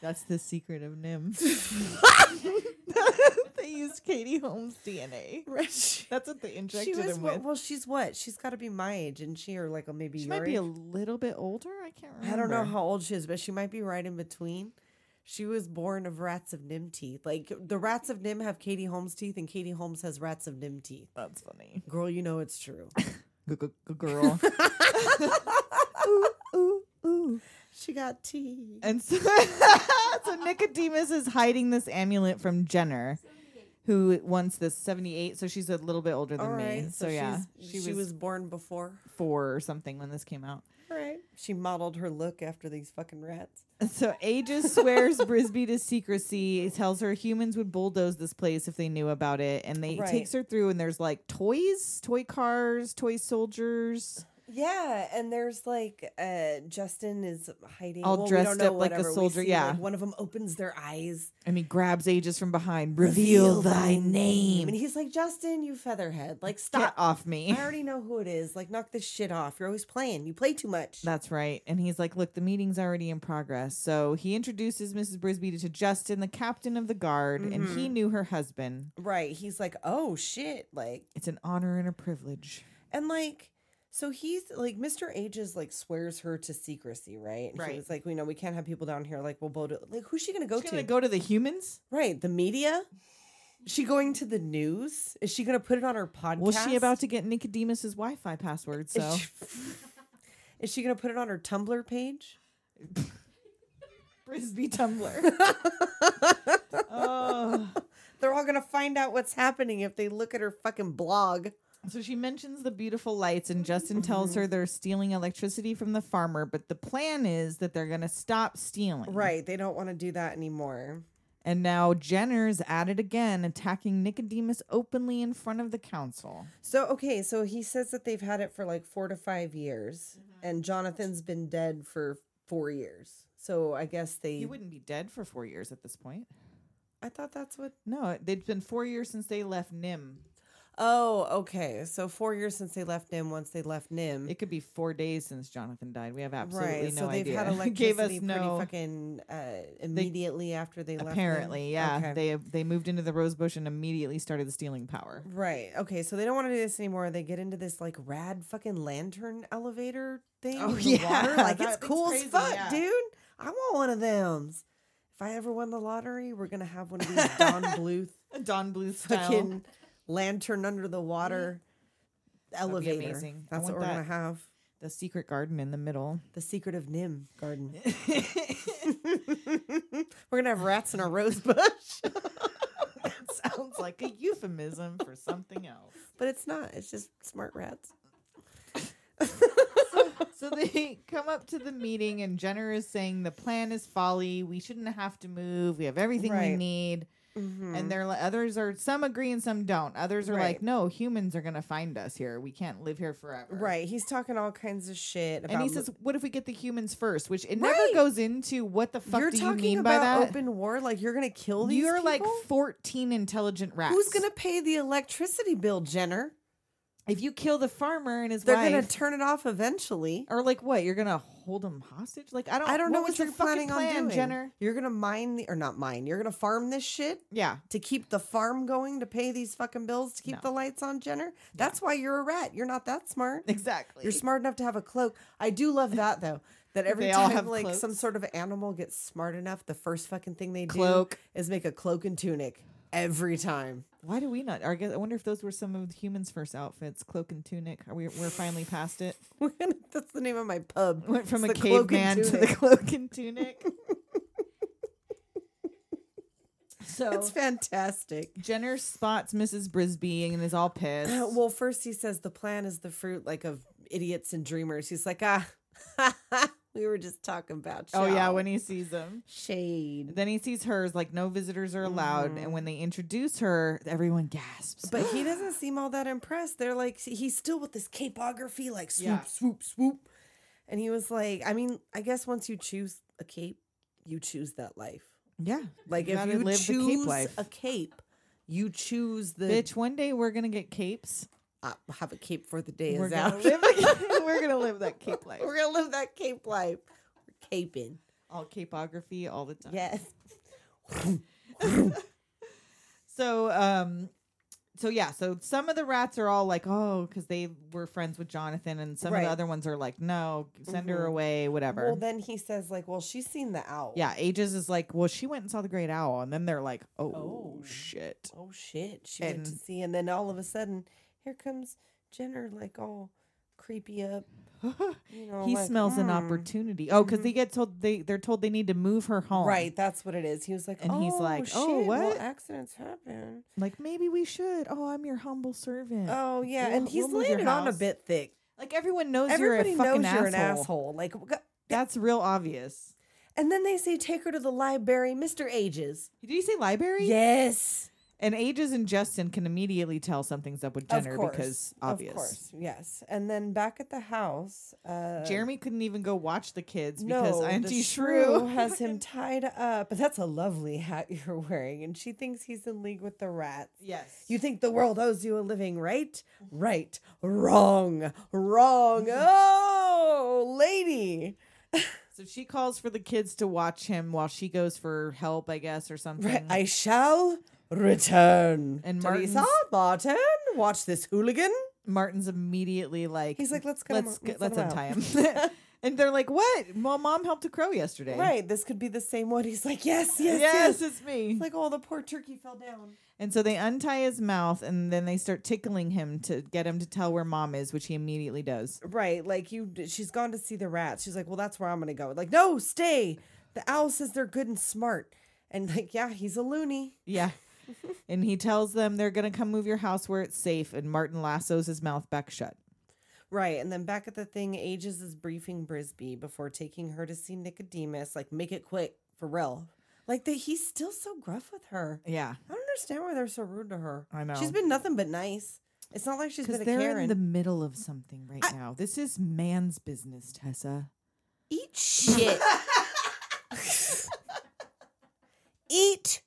that's the secret of *laughs* Nim. they used Katie Holmes' DNA. she That's what they injected was him what, with. well. She's what? She's got to be my age, and she or like maybe she your might be a age. little bit older. I can't remember. I don't know how old she is, but she might be right in between. She was born of rats of Nim teeth. Like the rats of Nim have Katie Holmes teeth, and Katie Holmes has rats of Nim teeth. That's funny. Girl, you know it's true. Girl. ooh, ooh, ooh. *laughs* she got teeth. And so, *laughs* so Nicodemus is hiding this amulet from Jenner, who wants this 78. So she's a little bit older than All me. right. So, So, yeah, she's, she, was, born before. four or something when this came out. All right. She modeled her look after these fucking rats. And So Aegis *laughs* swears Brisby to secrecy, tells her humans would bulldoze this place if they knew about it. And they Right. takes her through and there's like toys, toy cars, toy soldiers, Yeah, and there's like uh Justin is hiding All well, we dressed don't know, up like a whatever. We soldier, see, yeah. like, one of them opens their eyes. and he grabs Aegis from behind. Reveal, thy name. And he's like, Justin, you featherhead. Like, Get stop. off me. *laughs* I already know who it is. Like, knock this shit off. You're always playing. You play too much. That's right. And he's like, Look, the meeting's already in progress. So he introduces Mrs. Brisby to Justin, the captain of the guard, and he knew her husband. Right. He's like, oh shit. Like, It's an honor and a privilege. and like, so he's like, Mr. Ages like swears her to secrecy, right? And Right. He was like, you know, we can't have people down here. Like, we'll blow to, like, who's she going to go She's to? going to go to the humans? right. The media? Is she going to the news? Is she going to put it on her podcast? Well, she about to get Nicodemus's Wi Fi password. Is So she- *laughs* is she going to put it on her Tumblr page? *laughs* Brisby Tumblr. oh. They're all going to find out what's happening if they look at her fucking blog. So she mentions the beautiful lights, and Justin Mm-hmm. tells her they're stealing electricity from the farmer, but the plan is that they're going to stop stealing. Right. They don't want to do that anymore. And now Jenner's at it again, attacking Nicodemus openly in front of the council. So, okay. So he says that they've had it for like four to five years, Mm-hmm. and Jonathan's been dead for four years. So I guess they. He wouldn't be dead for four years at this point. I thought that's what. No, it- they'd been four years since they left Nim. Oh, okay. So four years since they left Nim. Once they left Nim, It could be four days since Jonathan died. We have absolutely right? no so they've idea. *laughs* had It electricity Gave us pretty no. fucking uh, immediately after they left. Nim? apparently, yeah. Okay. They they moved into the rose bush and immediately started stealing power. Right. Okay. So they don't want to do this anymore. They get into this like rad fucking lantern elevator thing. *laughs* Oh, with the yeah. Water. Like it's That- that's cool crazy, as fuck, yeah. dude. I want one of them. If I ever won the lottery, we're gonna have one of *laughs* these Don Bluth *laughs* Don Bluth style. fucking lantern under the water be elevator. amazing. I That's what want we're gonna that. have. The secret garden in the *laughs* middle. The secret of Nim Garden. *laughs* we're gonna have rats in our rose bush, *laughs* Sounds like a euphemism for something else. but it's not. It's just smart rats. So they come up to the meeting, and Jenner is saying the plan is folly. We shouldn't have to move. We have everything we Right. need. Mhm. And they're like, others are some agree and some don't. Others are like, Right. no, humans are gonna find us here. We can't live here forever. Right, he's talking all kinds of shit. About And he mo- says, "What if we get the humans first? Which it Right. never goes into what the fuck you're do you talking mean about by that? open war like you're gonna kill these You're like people? 14 intelligent rats. who's gonna pay the electricity bill jenner If you kill the farmer and his they're wife, gonna turn it off eventually or like what? You're gonna hold them hostage? Like I don't. i don't know what was you're your fucking planning plan, on doing Jenner. you're gonna mine the, or not mine you're gonna farm this shit Yeah, to keep the farm going to pay these fucking bills to keep No. the lights on jenner that's why you're a rat you're not that smart exactly. You're smart enough to have a cloak. I do *laughs* love that though. That every They all time have like cloaks. some sort of animal gets smart enough, the first fucking thing they Cloak. do is make a cloak and tunic every time. Why do we not? I guess I wonder if those were some of the humans' first outfits, cloak and tunic. Are we? We're finally past it. *laughs* *laughs* We're gonna, that's the name of my pub. Went from It's a the Cloak and caveman to the Tunic. *laughs* cloak and tunic. so It's fantastic. Jenner spots Mrs. Brisby and is all pissed. *clears throat* well, first he says the plan is the fruit like of idiots and dreamers. He's like, ah, *laughs* we were just talking about. oh yeah, y'all." when he sees them. shade. Then he sees hers, like no visitors are allowed. And when they introduce her, everyone gasps. But *sighs* he doesn't seem all that impressed. They're like, he's still with this capography, like swoop, Yeah. swoop, swoop. And he was like, I mean, I guess once you choose a cape, you choose that life. yeah. Like if gotta you live the choose cape life. a cape, you choose the Bitch, one day we're gonna get capes. I have a cape for the day We're is gonna out. *laughs* live *laughs* we're gonna live that cape life. We're gonna live that cape life. We're caping. All capeography all the time. Yes. So um so yeah, so some of the rats are all like, oh, because they were friends with Jonathan, and some of Right. Mm-hmm. the other ones are like, no, send her away, whatever. Well, then he says, like, well, she's seen the owl. yeah, Aegis is like, well, she went and saw the great owl, and then they're like, oh, Oh. shit. Oh shit. She went to And- see, and then all of a sudden, here comes Jenner, like all creepy *laughs* up. You know, he like, smells an "Hmm." opportunity. Oh, because they get told they they're told they need to move her home. Mm-hmm. Right, that's what it is. He was like, And he's like, "Oh, shit, well, what?" accidents happen." Like maybe we should. Oh, I'm your humble servant. Oh yeah, We'll- and he's we'll move your laying it on a house. bit thick. Like everyone knows Everybody you're a knows fucking you're asshole. an asshole. Like, wha- That's real obvious. and then they say, "Take her to the library, Mister Ages." Did you say library? Yes, And Ages and Justin can immediately tell something's up with Jenner of course, because Of obvious. course, yes. And then back at the house, uh, Jeremy couldn't even go watch the kids because the Auntie shrew Shrew *laughs* has him tied up. But that's a lovely hat *laughs* you're wearing, and she thinks he's in league with the rats. Yes. You think the world owes you a living, right? Right. Wrong. Wrong. Mm. Oh, lady. So she calls for the kids to watch him while she goes for help, I guess, or something. Re- I shall return. And So he's, Martin's- "Ah, Martin, watch this hooligan. Martin's immediately like He's like, "Let's get him let's out. get- Let's let's let him untie him. *laughs* and they're like, "What? Well, mom helped a crow yesterday, *laughs* Right. This could be the same one. He's like, yes, yes, Yes, yes. it's me." Like, oh, the poor turkey fell down. and so they untie his mouth, and then they start tickling him to get him to tell where mom is, which he immediately does. Right. Like you she's gone to see the rats. She's like, "Well, that's where I'm going to go." Like, "No, stay." The owl says they're good and smart. And like, yeah, he's a loony. Yeah. *laughs* and he tells them they're gonna come move your house where it's safe, and Martin lassos his mouth back shut. Right. And then back at the thing, Ages is briefing Brisby before taking her to see Nicodemus, like, "Make it quick, for real." Like that he's still so gruff with her. Yeah, I don't understand why they're so rude to her. I know. She's been nothing but nice. It's not like she's because been a they're Karen. in the middle of something right now. This is man's business, Tessa. Eat *laughs* shit. Eat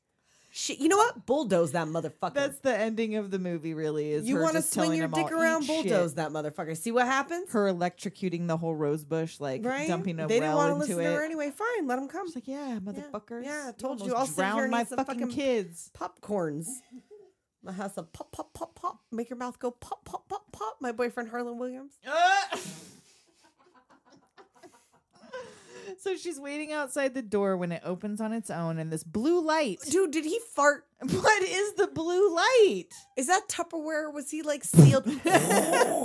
shit. You know know what? Bulldoze that motherfucker. That's the ending of the movie. Really, is you her want to just swing telling your them all, dick around, "Eat shit." bulldoze that motherfucker. See what happens? Her electrocuting the whole rose bush, *laughs* like Right? dumping a they didn't well want to into listen it. to her anyway. Fine, let them come. She's like, yeah, motherfuckers. yeah, told you, almost I'll sit here drowned and my eat some fucking, fucking- *laughs* kids. popcorns. My house a pop, pop, pop, pop. Make your mouth go pop, pop, pop, pop. My boyfriend Harlan Williams. So she's waiting outside the door when it opens on its own, and this blue light. *laughs* Dude, did he fart? What is the blue light? Is that Tupperware? Was he *laughs* *laughs* like sealed?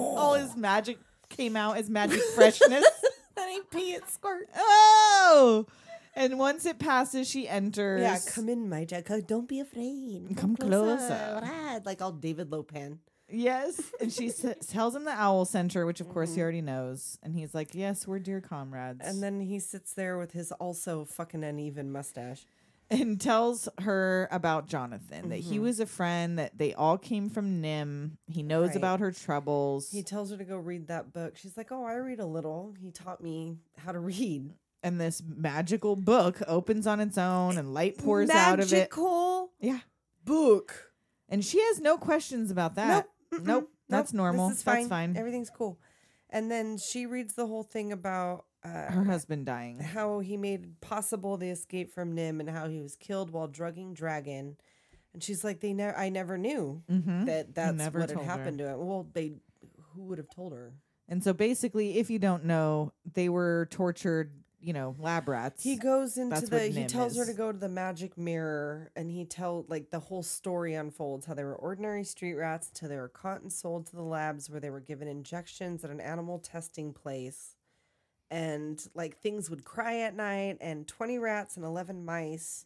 All his magic came out *laughs* as magic freshness. that ain't pee, it's squirt. oh! And once it passes, she enters. Yeah, Come in, my Jack. Don't be afraid. Come closer. Right. Like all David Lopan. Yes. And she s- *laughs* tells him the owl center, which of course he already knows. And he's like, Yes, we're dear comrades. Mm-hmm. And then he sits there with his also fucking uneven mustache. and tells her about Jonathan, that Mm-hmm. he was a friend, that they all came from Nim. He knows Right. about her troubles. He tells her to go read that book. She's like, "Oh, I read a little. He taught me how to *laughs* read." and this magical book opens on its own and light pours out of it. Magical Yeah. book. And she has no questions about that. Nope. That's Nope, normal. This is That's fine. fine. Everything's cool. And then she reads the whole thing about uh, her husband dying. how he made possible the escape from Nim and how he was killed while drugging Dragon. And she's like, "They never. I never knew Mhm. that that's never what had told her. happened to him." Well, they who would have told her? And so basically, if you don't know, they were tortured, you know, lab rats. He goes into That's the. what He Nim tells her is. to go to the magic mirror, and he tell like the whole story unfolds how they were ordinary street rats until they were caught and sold to the labs where they were given injections at an animal testing place, and like things would cry at night. And twenty rats and eleven mice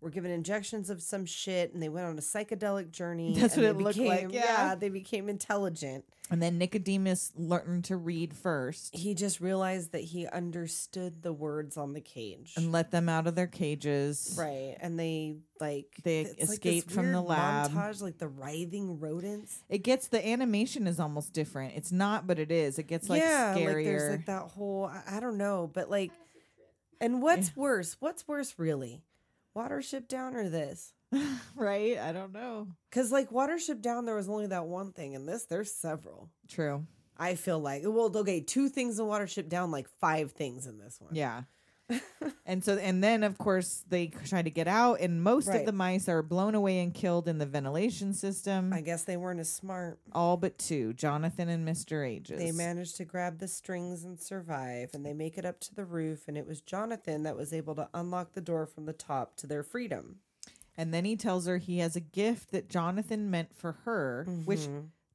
were given injections of some shit, and they went on a psychedelic journey. *laughs* That's and what they it looked like, became- yeah. they became intelligent. and then Nicodemus learned to read first He just realized that he understood the words on the cage. and let them out of their cages. Right, and they like They it's like this escaped from the weird lab. Montage like the writhing rodents. It gets the animation is almost different. It's not, but it is. It gets like scarier. like there's like that whole I, I don't know, but like, and what's worse? What's worse, really? Watership Down or this? right? I don't know. Because like Watership Down, there was only that one thing, and this there's several. True. I feel like well, okay, two things in Watership Down, like five things in this one. *laughs* Yeah. and so, and then of course they try to get out, and most Right. of the mice are blown away and killed in the ventilation system. I guess they weren't as smart. All but two, Jonathan and Mr. Ages. They managed to grab the strings and survive, and they make it up to the roof. And it was Jonathan that was able to unlock the door from the top to their freedom. And then he tells her he has a gift that Jonathan meant for her, which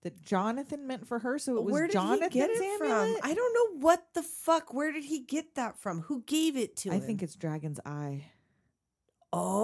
that Jonathan meant for her. So it was Mm-hmm. Where did Jonathan's he get it from? amulet? I don't know what the fuck. Where did he get that from? Who gave it to I, him? think it's Dragon's Eye.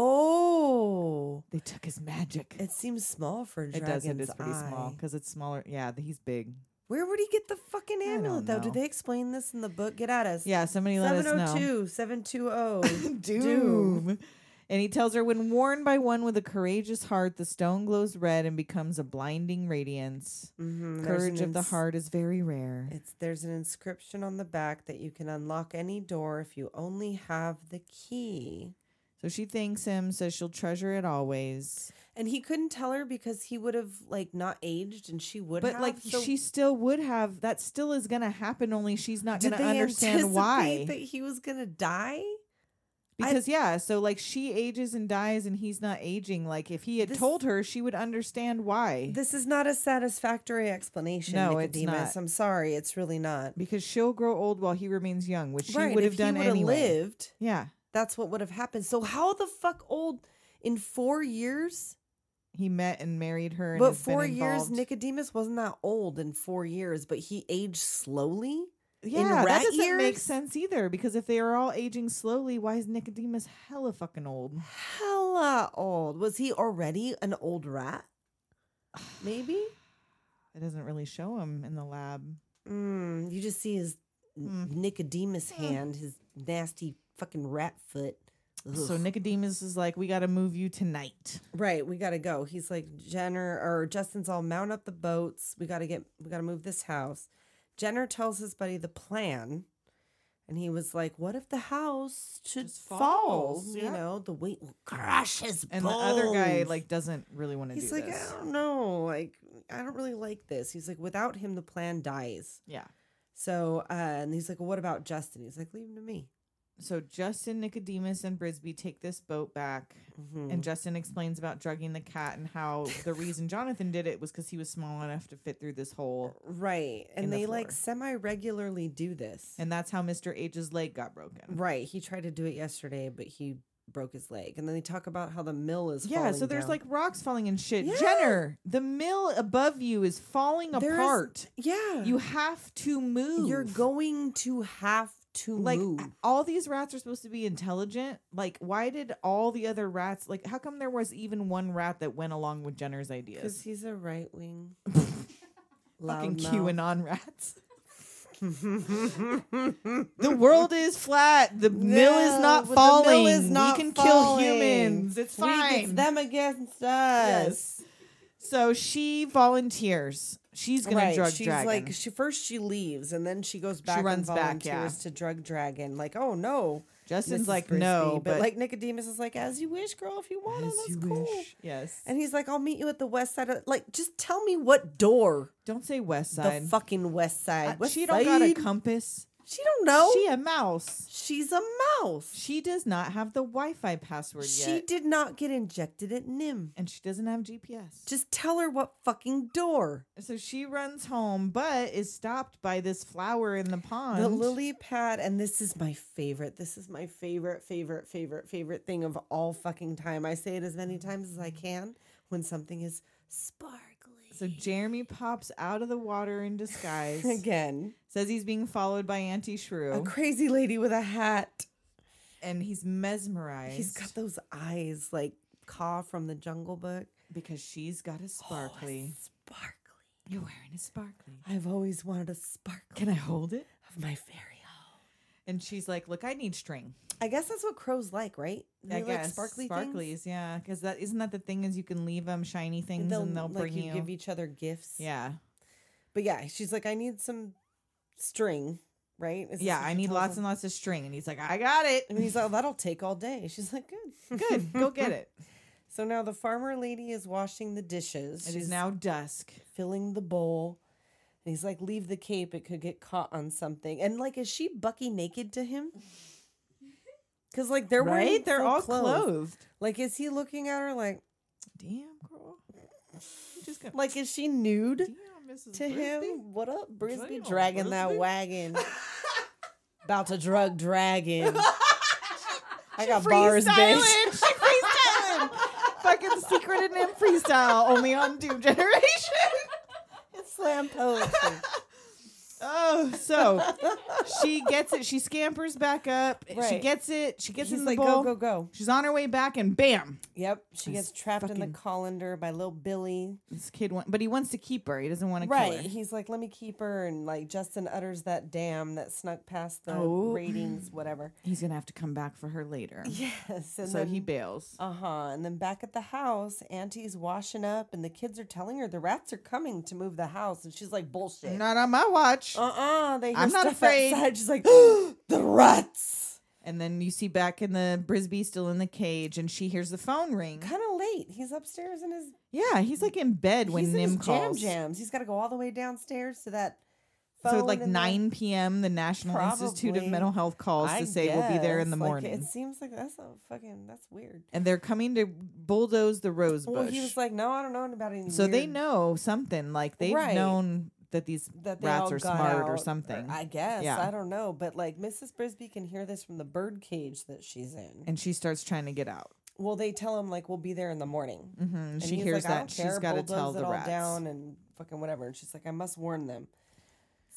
oh, They took his magic. it seems small for a it dragon's does. It is pretty small eye. because it's smaller. Yeah, th- he's big. Where would he get the fucking don't amulet though? know. Did they explain this in the book? Get at us. Yeah, somebody let us know. 702 *laughs* 720 Doom. And he tells her, when worn by one with a courageous heart, the stone glows red and becomes a blinding radiance. Mhm, there's Courage an of the ins- heart is very rare. It's there's an inscription on the back that you can unlock any door if you only have the key. So she thanks him, says she'll treasure it always. And he couldn't tell her because he would have like not aged, and she would. But have, like so she still would have that still is gonna happen, only she's not did gonna they understand anticipate why. that he was gonna die. I- because yeah, so like she ages and dies and he's not aging. Like if he had This- told her, she would understand why. This is not a satisfactory explanation, No, it's Nicodemus. not. I'm sorry, it's really not. because she'll grow old while he remains young, which she would if have he done would've anyway. lived. Yeah. That's what would have happened. So how the fuck old in four years? He met and married her and But has been four years, involved. Nicodemus wasn't that old in four years, but he aged slowly. Yeah, rat that doesn't make years? sense either because if they are all aging slowly, why is Nicodemus hella fucking old? Hella old. Was he already an old rat? *sighs* Maybe. It doesn't really show him in the lab. Mm, you just see his n- Mm. Nicodemus hand, his nasty fucking rat foot. So Nicodemus is like, we got to move you tonight. Right, we gotta go. He's like Jenner or Justin's all mount up the boats. We gotta get we gotta move this house. Jenner tells his buddy the plan, And he was like, "What if the house should Just fall? falls, You yep. know, the weight will crush his And the other guy bones." like doesn't really want to do He's like, "Ah." this. I don't know. Like, I don't really like this. He's like, without him, the plan dies. Yeah. So, uh, and he's like, well, what about Justin? He's like, leave him to me. So Justin, Nicodemus, and Brisby take this boat back, Mm. and Justin explains about drugging the cat and how the reason Jonathan did it was because he was small enough to fit through this hole, Right. And In the they like floor. semi regularly do this. and that's how Mister H's leg got broken. right. He tried to do it yesterday, but he broke his leg. And then they talk about how the mill is Yeah, so falling there's down. like rocks falling and shit. Yeah. Jenner, the mill above you is falling There is- apart. yeah. You have to move. You're going to have to like move. all these rats are supposed to be intelligent. Like, why did all the other rats like? How come there was even one rat that went along with Jenner's Because ideas? he's a right *laughs* wing. Fucking *laughs* QAnon rats. the world is flat. The mill is not falling. we can kill humans. It's fine. It's them against us. Yes. So she volunteers. She's gonna drug she's dragon. like she first she leaves and then she goes back runs and back, volunteers yeah. to drug dragon. Like, oh no, Justin's Mrs. like, no, Brisby. but, like Nicodemus is like, as you wish, girl. If you want to, that's cool. Yes. And he's like, I'll meet you at the west side. Of, like, just tell me what door. don't say West Side. The fucking west Uh, side. West she don't got a side? compass. She don't know. She a mouse. She's a mouse. She does not have the Wi-Fi password She yet, did not get injected at Nim. and she doesn't have GPS. Just tell her what fucking door. so she runs home, but is stopped by this flower in the pond. The lily pad, and this is my favorite. This is my favorite, favorite, favorite, favorite thing of all fucking time. I say it as many times as I can when something is sparkly. So Jeremy pops out of the water in disguise. *laughs* Again, says he's being followed by Auntie a Shrew, crazy lady with a hat. and he's mesmerized He's got those eyes like Ka from the Jungle Book. because she's got a Oh, Oh, sparkly. Sparkly. You're wearing a sparkly. I've always wanted a sparkly Can I hold it? of my fairy owl. And she's like, "Look, I need string." I guess that's what crows like, right? I They like guess sparkly things? sparklies, yeah, because that isn't that the thing is you can leave them shiny things and they'll like, bring you. give each other gifts. yeah, But yeah, she's like, I need some string, right? Is this yeah. what I she need tells lots him? and lots of string, and he's like, "I got it. *laughs* *laughs* And he's like, that'll take all day. She's like, good. Good, go *laughs* get it." So now the farmer lady is washing the dishes. It she's is now dusk. filling the bowl. And he's like, leave the cape. It could get caught on something. And like, is she bucky naked to *laughs* him? Because like they're wearing Right? They're full all clothes. clothed. Like, is he looking at her like, Damn, girl. You just gonna like is she nude damn, Mrs. to Brisby. him? What up, Brisby? Damn, Dragging that Brisby. *laughs* wagon. About to drug dragon. I got bars, bitch. Freestyling. *laughs* She freestyling. Fucking secret and him freestyle only on Doom Generation. *laughs* slam *laughs* poetry. Oh, so she gets it. She scampers back up. She Right. gets it. She gets She's in the like, bowl. go, go, go. She's on her way back, and bam, Yep. She gets trapped in fucking- the colander by little Billy. this kid. Want, but he wants to keep her. He doesn't want to Right. kill her. He's like, let me keep her. And like Justin utters that damn that snuck past the Oh. ratings, *laughs* whatever. He's gonna have to come back for her later. Yes. And so then, he bails. Uh huh. And then back at the house, Auntie's washing up, and the kids are telling her the rats are coming to move the house. And she's like, bullshit. Not on my watch. Uh uh They hear I'm not stuff afraid. outside. She's like, *gasps* the rats. and then you see back in the Brisby still in the cage, and she hears the phone ring. Kind of late. He's upstairs in his Yeah, he's like in bed when he's in Nim his calls. jam jams. He's got to go all the way downstairs to that. So phone like and that- 9 p.m. the National Institute of Probably. Mental Health calls I to say we'll be there in the guess. Like, morning. it seems like that's a fucking that's weird. and they're coming to bulldoze the rose bush. Well, he was like, no, I don't know about any. so they weird- know something. Like they've Right. known that these that they rats all are got smart out, or something. I guess Yeah. I don't know, but like Mrs. Brisby can hear this from the bird cage that she's in. and she starts trying to get out. well, they tell him like we'll be there in the morning. hmm And she he's hears like, I that don't she's care, got to bulldoze tell the it all rats. down and fucking whatever. And she's like, I must warn them.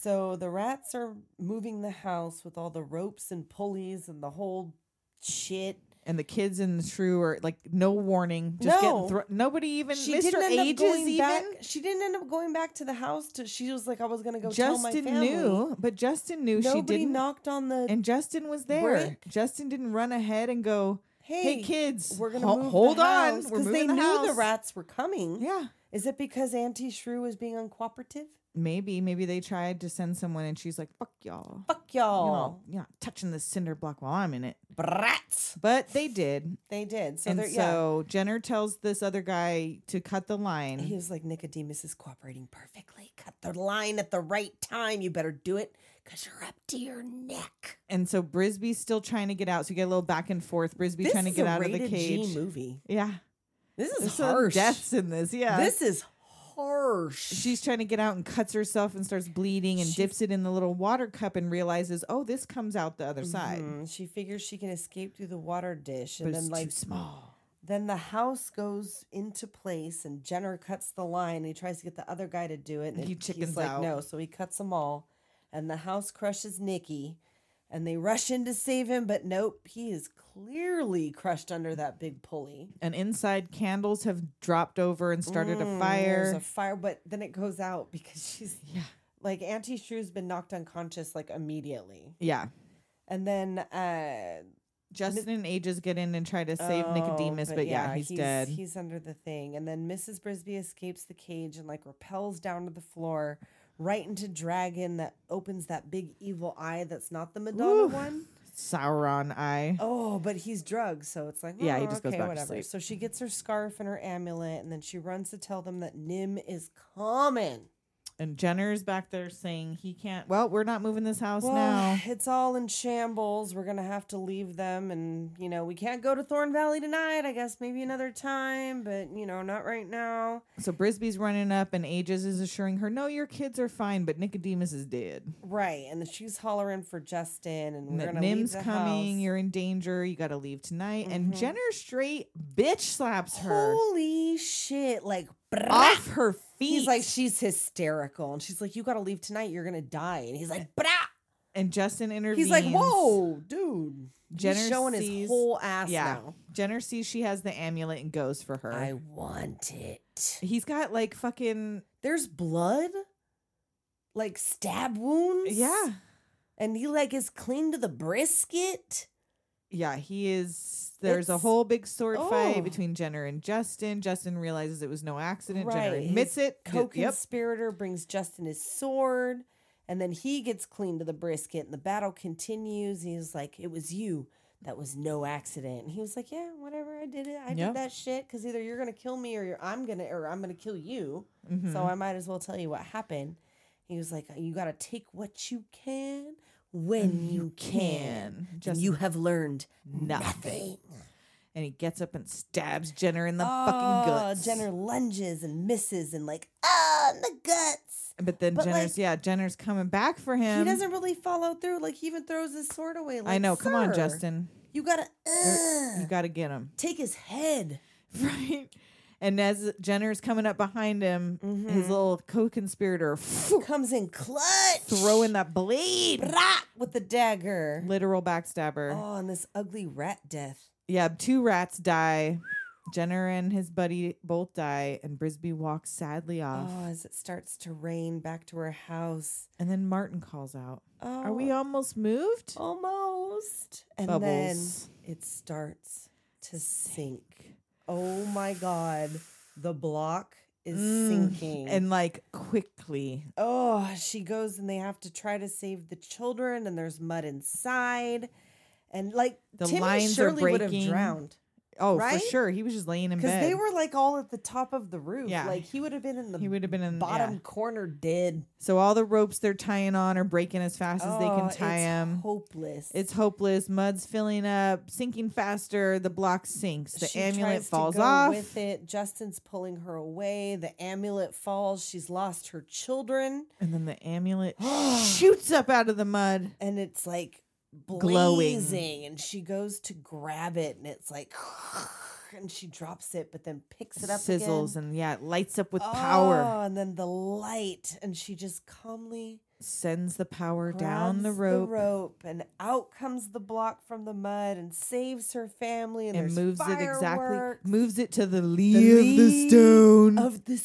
So the rats are moving the house with all the ropes and pulleys and the whole shit. And the kids in the shrew are like, no warning, just No. getting thrown. Nobody even She Mr. didn't end up Ages going even. back. She didn't end up going back to the house. To she was like, I was gonna go tell my Justin family. knew, but Justin knew she Nobody didn't. knocked on the. and Justin was there. Brick. Justin didn't run ahead and go, hey, "Hey, kids, we're gonna ho- move hold the on, house," we're 'cause they moving the knew house." the rats were coming. Yeah, Is it because Auntie Shrew was being uncooperative? Maybe, maybe they tried to send someone and she's like, fuck y'all. Fuck You're not- y'all. You're not touching this cinder block while I'm in it. Brats. But they did. They did. So and they're yeah. so Jenner tells this other guy to cut the line. He was like, Nicodemus is cooperating perfectly. Cut the line at the right time. You better do it because you're up to your neck. and so Brisby's still trying to get out. So you get a little back and forth. Brisby this trying to is get a out of the rated G cage. movie. Yeah. This is There's some harsh. deaths in this. Yeah. This is harsh. She's trying to get out and cuts herself and starts bleeding and She's- dips it in the little water cup and realizes, oh, this comes out the other side. Mhm. She figures she can escape through the water dish, But and it's then like too small. then the house goes into place, and Jenner cuts the line. And he tries to get the other guy to do it, and He he chickens he's like, out. "No!" So he cuts them all, and the house crushes Nikki, and they rush in to save him, but nope, he is clearly crushed under that big pulley. And inside, candles have dropped over and started a Mm, fire. There's a fire, but then it goes out because *laughs* she's Yeah. like Auntie Shrew's been knocked unconscious like immediately, yeah. and then uh Justin and Ages get in and try to save Oh, Nicodemus, but, yeah, he's, dead. He's under the thing. And then Mrs. Brisby escapes the cage and like repels down to the floor, right into Dragon that opens that big evil eye that's not the Madonna Ooh. one. Sauron eye. Oh, but he's drugged, so it's like Yeah, he "Oh, just goes okay, back to whatever. sleep. So she gets her scarf and her amulet, and then she runs to tell them that Nim is coming. And Jenner's back there saying he can't. Well, we're not moving this house Well, now. it's all in shambles. We're gonna have to leave them, and you know we can't go to Thorn Valley tonight. I guess maybe another time, but you know not right now. So Brisby's running up, and Ages is assuring her, "No, your kids are fine, but Nicodemus is dead. Right, and then she's hollering for Justin, and And we're that gonna leave Nim's the coming. house. Mm-hmm. You're in danger. You got to leave tonight." And Jenner straight bitch slaps her Holy shit! Like, brah. off her feet. he's like, she's hysterical, and she's like, "You gotta leave tonight. You're gonna die." And he's like, "Brah!" and Justin intervenes. He's like, "Whoa, dude!" Jenner he's showing sees- his whole ass Yeah. now. Jenner sees she has the amulet and goes for her. I want it. He's got like fucking There's blood, like stab wounds. yeah, and he like is clean to the brisket. yeah. He is. There's a It's- whole big sword Oh. fight between Jenner and Justin. Justin realizes it was no accident. Jenner Right, admits his it. D- Yep. co-conspirator brings Justin his sword, and then he gets clean to the brisket, and the battle continues. And he's like, "It was you. That was no accident." And he was like, "Yeah, whatever. I did it. I Yep. did that shit. Because either you're gonna kill me, or you're, I'm gonna, or I'm gonna kill you. Mm-hmm. So I might as well tell you what happened." He was like, "You gotta take what you can when you can. can. And Justin- you have learned Nothing. nothing." And he gets up and stabs Jenner in the Oh, fucking guts. Jenner lunges and misses and like, ah, in the guts. But then But, Jenner's like, yeah, Jenner's coming back for him. He doesn't really follow through. Like he even throws his sword away. Like, I know. Come on, "Sir, Justin. You gotta You uh, got to get him *laughs* take his head. right. And as Jenner's coming up behind him, Mm-hmm. his little co-conspirator *laughs* phew, Comes in clutch. throwing that blade, Rah! with the dagger. literal backstabber. Oh, and this ugly rat death. Yeah, two rats die. Jenner and his buddy both die, and Brisby walks sadly off. Oh, as it starts to rain back to her house. And then Martin calls out, Oh, "Are we almost moved?" almost? And Bubbles. then it starts to sink. Oh my god, the block is sinking. Mm. And like quickly, oh, she goes and they have to try to save the children, and there's mud inside. And like The Timmy lines are surely would have breaking. drowned. oh Right? for sure, he was just laying in Because bed. they were like all at the top of the roof. Yeah. Like he would have been in the He would have been in- bottom yeah. corner dead. so all the ropes they're tying on are breaking as fast as they Oh, can it's tie him. Hopeless. it's hopeless. Mud's filling up, sinking faster. The block sinks. The She amulet tries to falls go off. with it. Justin's pulling her away. The amulet falls. She's lost her children, And then the amulet *gasps* shoots up out of the mud. and it's like Glowing. blazing. And she goes to grab it, and it's like, *sighs* and she drops it, but then picks it up, Sizzles again. and yeah, it lights up with power. Oh, and then the light, and she just calmly Sends the power down the grabs rope, rope, and out comes the block from the mud, and saves her family, and, and there's moves it exactly. fireworks. Moves it to the lee The of the lee stone, of the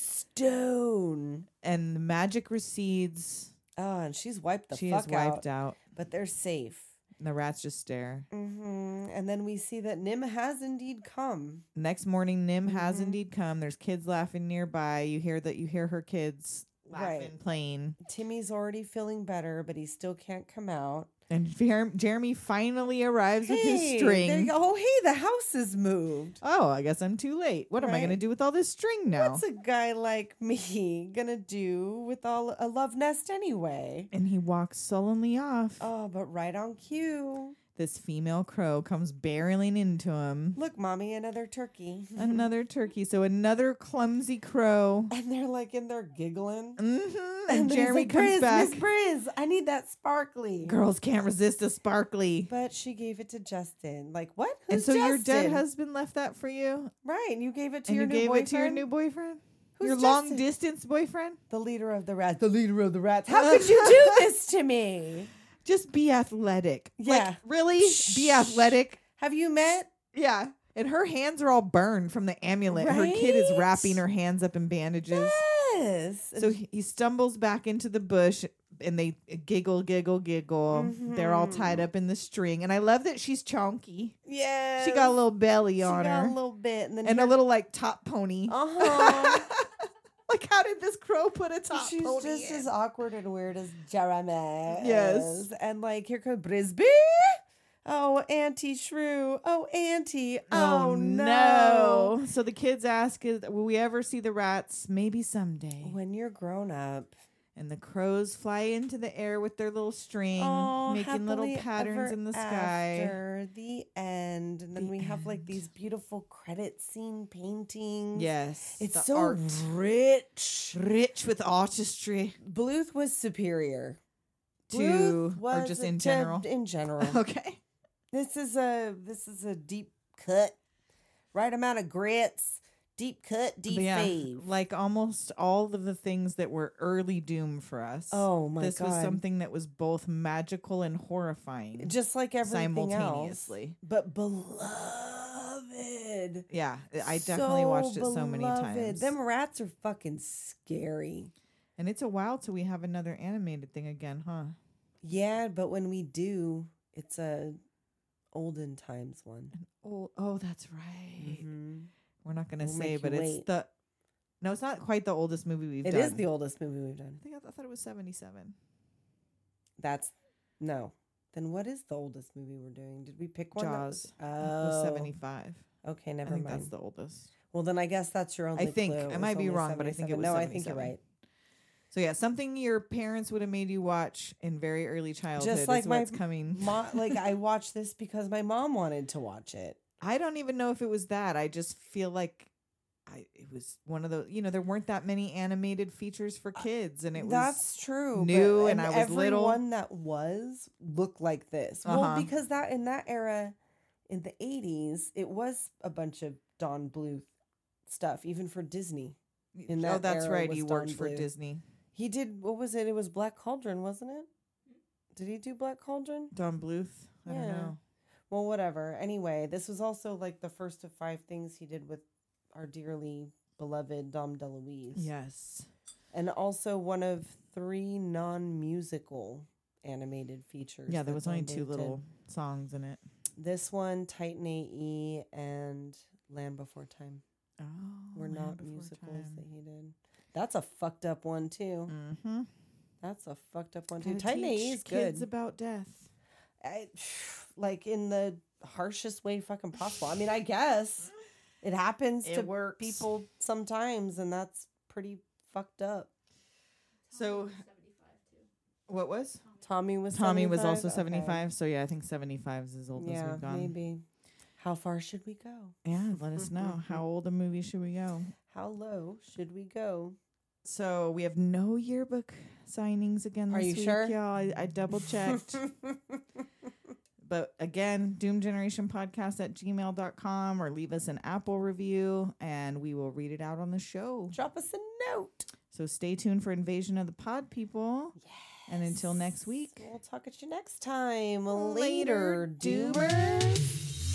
stone. and the magic recedes. Oh, and she's wiped the she fuck is wiped out, out. But they're safe. And the rats just stare. hmm And then we see that Nim has indeed come. Mm-hmm. Next morning, Nim has indeed come. There's kids laughing nearby. You hear that you hear her kids laughing, Right. playing. Timmy's already feeling better, but he still can't come out. And Jer- Jeremy finally arrives with his string. There you go. Oh, hey, the house is moved. Oh, I guess I'm too late. What am I going to Right. do with all this string now? What's a guy like me *laughs* gonna do with all a love nest anyway? and he walks sullenly off. Oh, but right on cue. This female crow comes barreling into him. Look, mommy, another turkey. *laughs* Another turkey. So another clumsy crow. And they're like in there giggling. hmm And, then he's Jeremy like, comes Briz, back. Miss Briz, I need that sparkly. Girls can't resist a sparkly. But she gave it to Justin. Like what? and Who's so your dead Justin? husband left that for you, right? And you gave it to and your you new gave boyfriend. it to your new boyfriend, Who's your long Justin? distance boyfriend. the leader of the rats. The leader of the rats. How could you *laughs* do this to me? Just be athletic. Yeah. like, really, be athletic. Have you met? Yeah. And her hands are all burned from the amulet. Her kid is Right? wrapping her hands up in bandages. Yes. So he he stumbles back into the bush and they giggle, giggle, giggle. They're all tied Mm-hmm. up in the string. And I love that she's chonky. yeah. She got a little belly She on got her a little bit, and then and a here- little like top pony. *laughs* Uh-huh. Like, how did this crow put a top She's pony? just in? as awkward and weird as Jeremy. Yes. is. And like, here comes Brisby. Oh, Auntie Shrew. Oh, Auntie. Oh, no. So the kids ask, is, Will we ever see the rats? Maybe someday. When you're grown up, And the crows fly into the air with their little string, oh, making little happily patterns ever in the sky. After the end. And then The we have like end. these beautiful credit scene paintings. Yes. It's the so art. rich. rich with artistry. Bluth was superior. To- Bluth or was just a- in to- *laughs* general? *laughs* In general. Okay. This is a this is a deep cut, right amount of grits, deep cut, deep But yeah, fave. like almost all of the things that were early doom for us. Oh my this god! was something that was both magical and horrifying. just like everything simultaneously. else, but beloved. yeah, I definitely So watched it so many beloved. times. Them rats are fucking scary. and it's a while till we have another animated thing again, huh? Yeah, but when we do, it's a olden times one. Oh, oh, that's right. Mhm. Mm-hmm. We're not gonna We'll say, make but you it's wait. the. No, it's not quite the oldest movie we've It is done. the oldest movie we've done. I think I, I thought it was seventy-seven. That's no. Then what is the oldest movie we're doing? Did we pick one? that Jaws was, oh, was seventy-five. Okay, I never think mind. that's the oldest. Well, then I guess that's your only. think. clue. I It was might be only wrong, but I think it 77. was No, I think you're 77. right. So yeah, something your parents would have made you watch in very early childhood Just like is my what's coming. Mo- like I watched this because my mom wanted to watch it. I don't even know if it was that. I just feel like I it was one of the you know there weren't that many animated features for kids, and it Uh, That's true. but- new and I was everyone little. that was looked like this. Uh-huh. Well, because that in that era, in the '80s, it was a bunch of Don Bluth stuff, even for Disney. was in oh that that's era right. was He Don worked for Bluth. Disney. He did what was it? It was Black Cauldron, wasn't it? Did he do Black Cauldron? Don Bluth. I don't Yeah. know. Well, whatever. Anyway, this was also like the first of five things he did with our dearly beloved Dom DeLuise. Yes. And also one of three non musical animated features. Yeah, there that was Dom only Bluth two did. little songs in it. This one, Titan AE and Land Before Time Oh, were not musicals that he did. That's a fucked up one, too. Mm-hmm. That's a fucked up one, too. Titan AE is kids good. about death. I, *sighs* like in the harshest way fucking possible. I mean, I guess it happens It to works. people sometimes, and that's pretty fucked up. So, what was? Tommy was Tommy was also 75? 75. So, yeah, I think 75 is as old Okay. as Yeah, we've gone. maybe. How far should we go? Yeah, let us know. Mm-hmm. How old a movie should we go? How low should we go? So, we have no yearbook signings again Are this you week, sure? y'all. I, I double checked. but again, Doom Generation Podcast at gmail.com or leave us an Apple review and we will read it out on the show. *laughs* Drop us a note. So, stay tuned for Invasion of the Pod People. And until next week. We'll talk at you next time. Later, Later, doomer.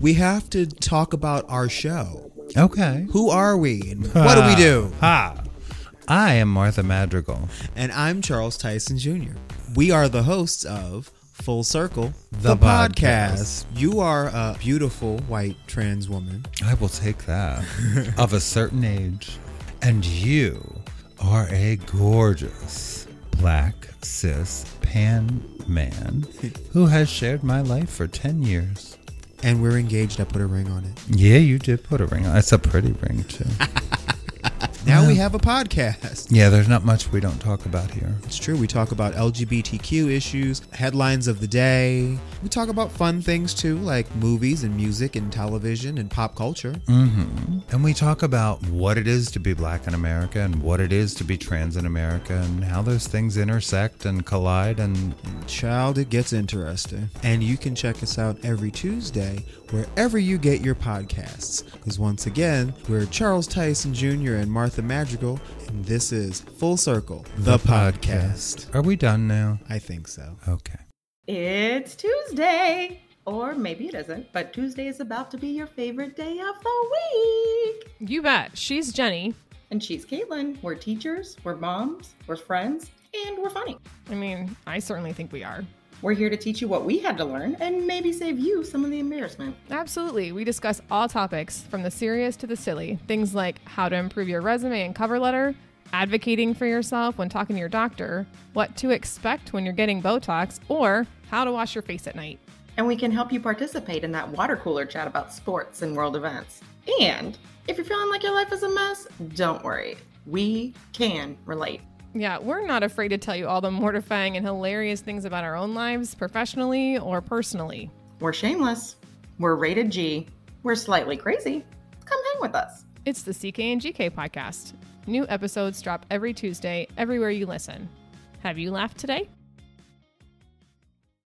we have to talk about our show. Okay. Who are we and what do we *laughs* do? Ha. I am Martha Madrigal. And I'm Charles Tyson Jr. We are the hosts of Full Circle, The podcast. You are a beautiful white trans woman. I will take *laughs* that. of a certain age. And you are a gorgeous black cis pan *laughs* man who has shared my life for 10 years. And we're engaged. I put a ring on it. Yeah, you did put a ring on. It's a pretty ring, too. *laughs* Now we have a podcast. Yeah, there's not much we don't talk about here. It's true. We talk about LGBTQ issues, headlines of the day. We talk about fun things too, like movies and music and television and pop culture. And we talk about what it is to be black in America and what it is to be trans in America and how those things intersect and collide. And Child, it gets interesting. And you can check us out every Tuesday wherever you get your podcasts. Because once again, we're Charles Tyson Jr. and Martha Madrigal, and this is Full Circle, the, podcast. Are we done now? I think so. Okay. It's Tuesday. Or maybe it isn't, but Tuesday is about to be your favorite day of the week. You bet. She's Jenny. And she's Caitlin. We're teachers, we're moms, we're friends, and we're funny. I mean, I certainly think we are. We're here to teach you what we had to learn and maybe save you some of the embarrassment. Absolutely. We discuss all topics from the serious to the silly. Things like how to improve your resume and cover letter, advocating for yourself when talking to your doctor, what to expect when you're getting Botox, or how to wash your face at night. And we can help you participate in that water cooler chat about sports and world events. And if you're feeling like your life is a mess, don't worry. We can relate. Yeah, we're not afraid to tell you all the mortifying and hilarious things about our own lives, professionally or personally. We're shameless. We're rated G. We're slightly crazy. Come hang with us. It's the CK and GK podcast. New episodes drop every Tuesday, everywhere you listen. Have you laughed today?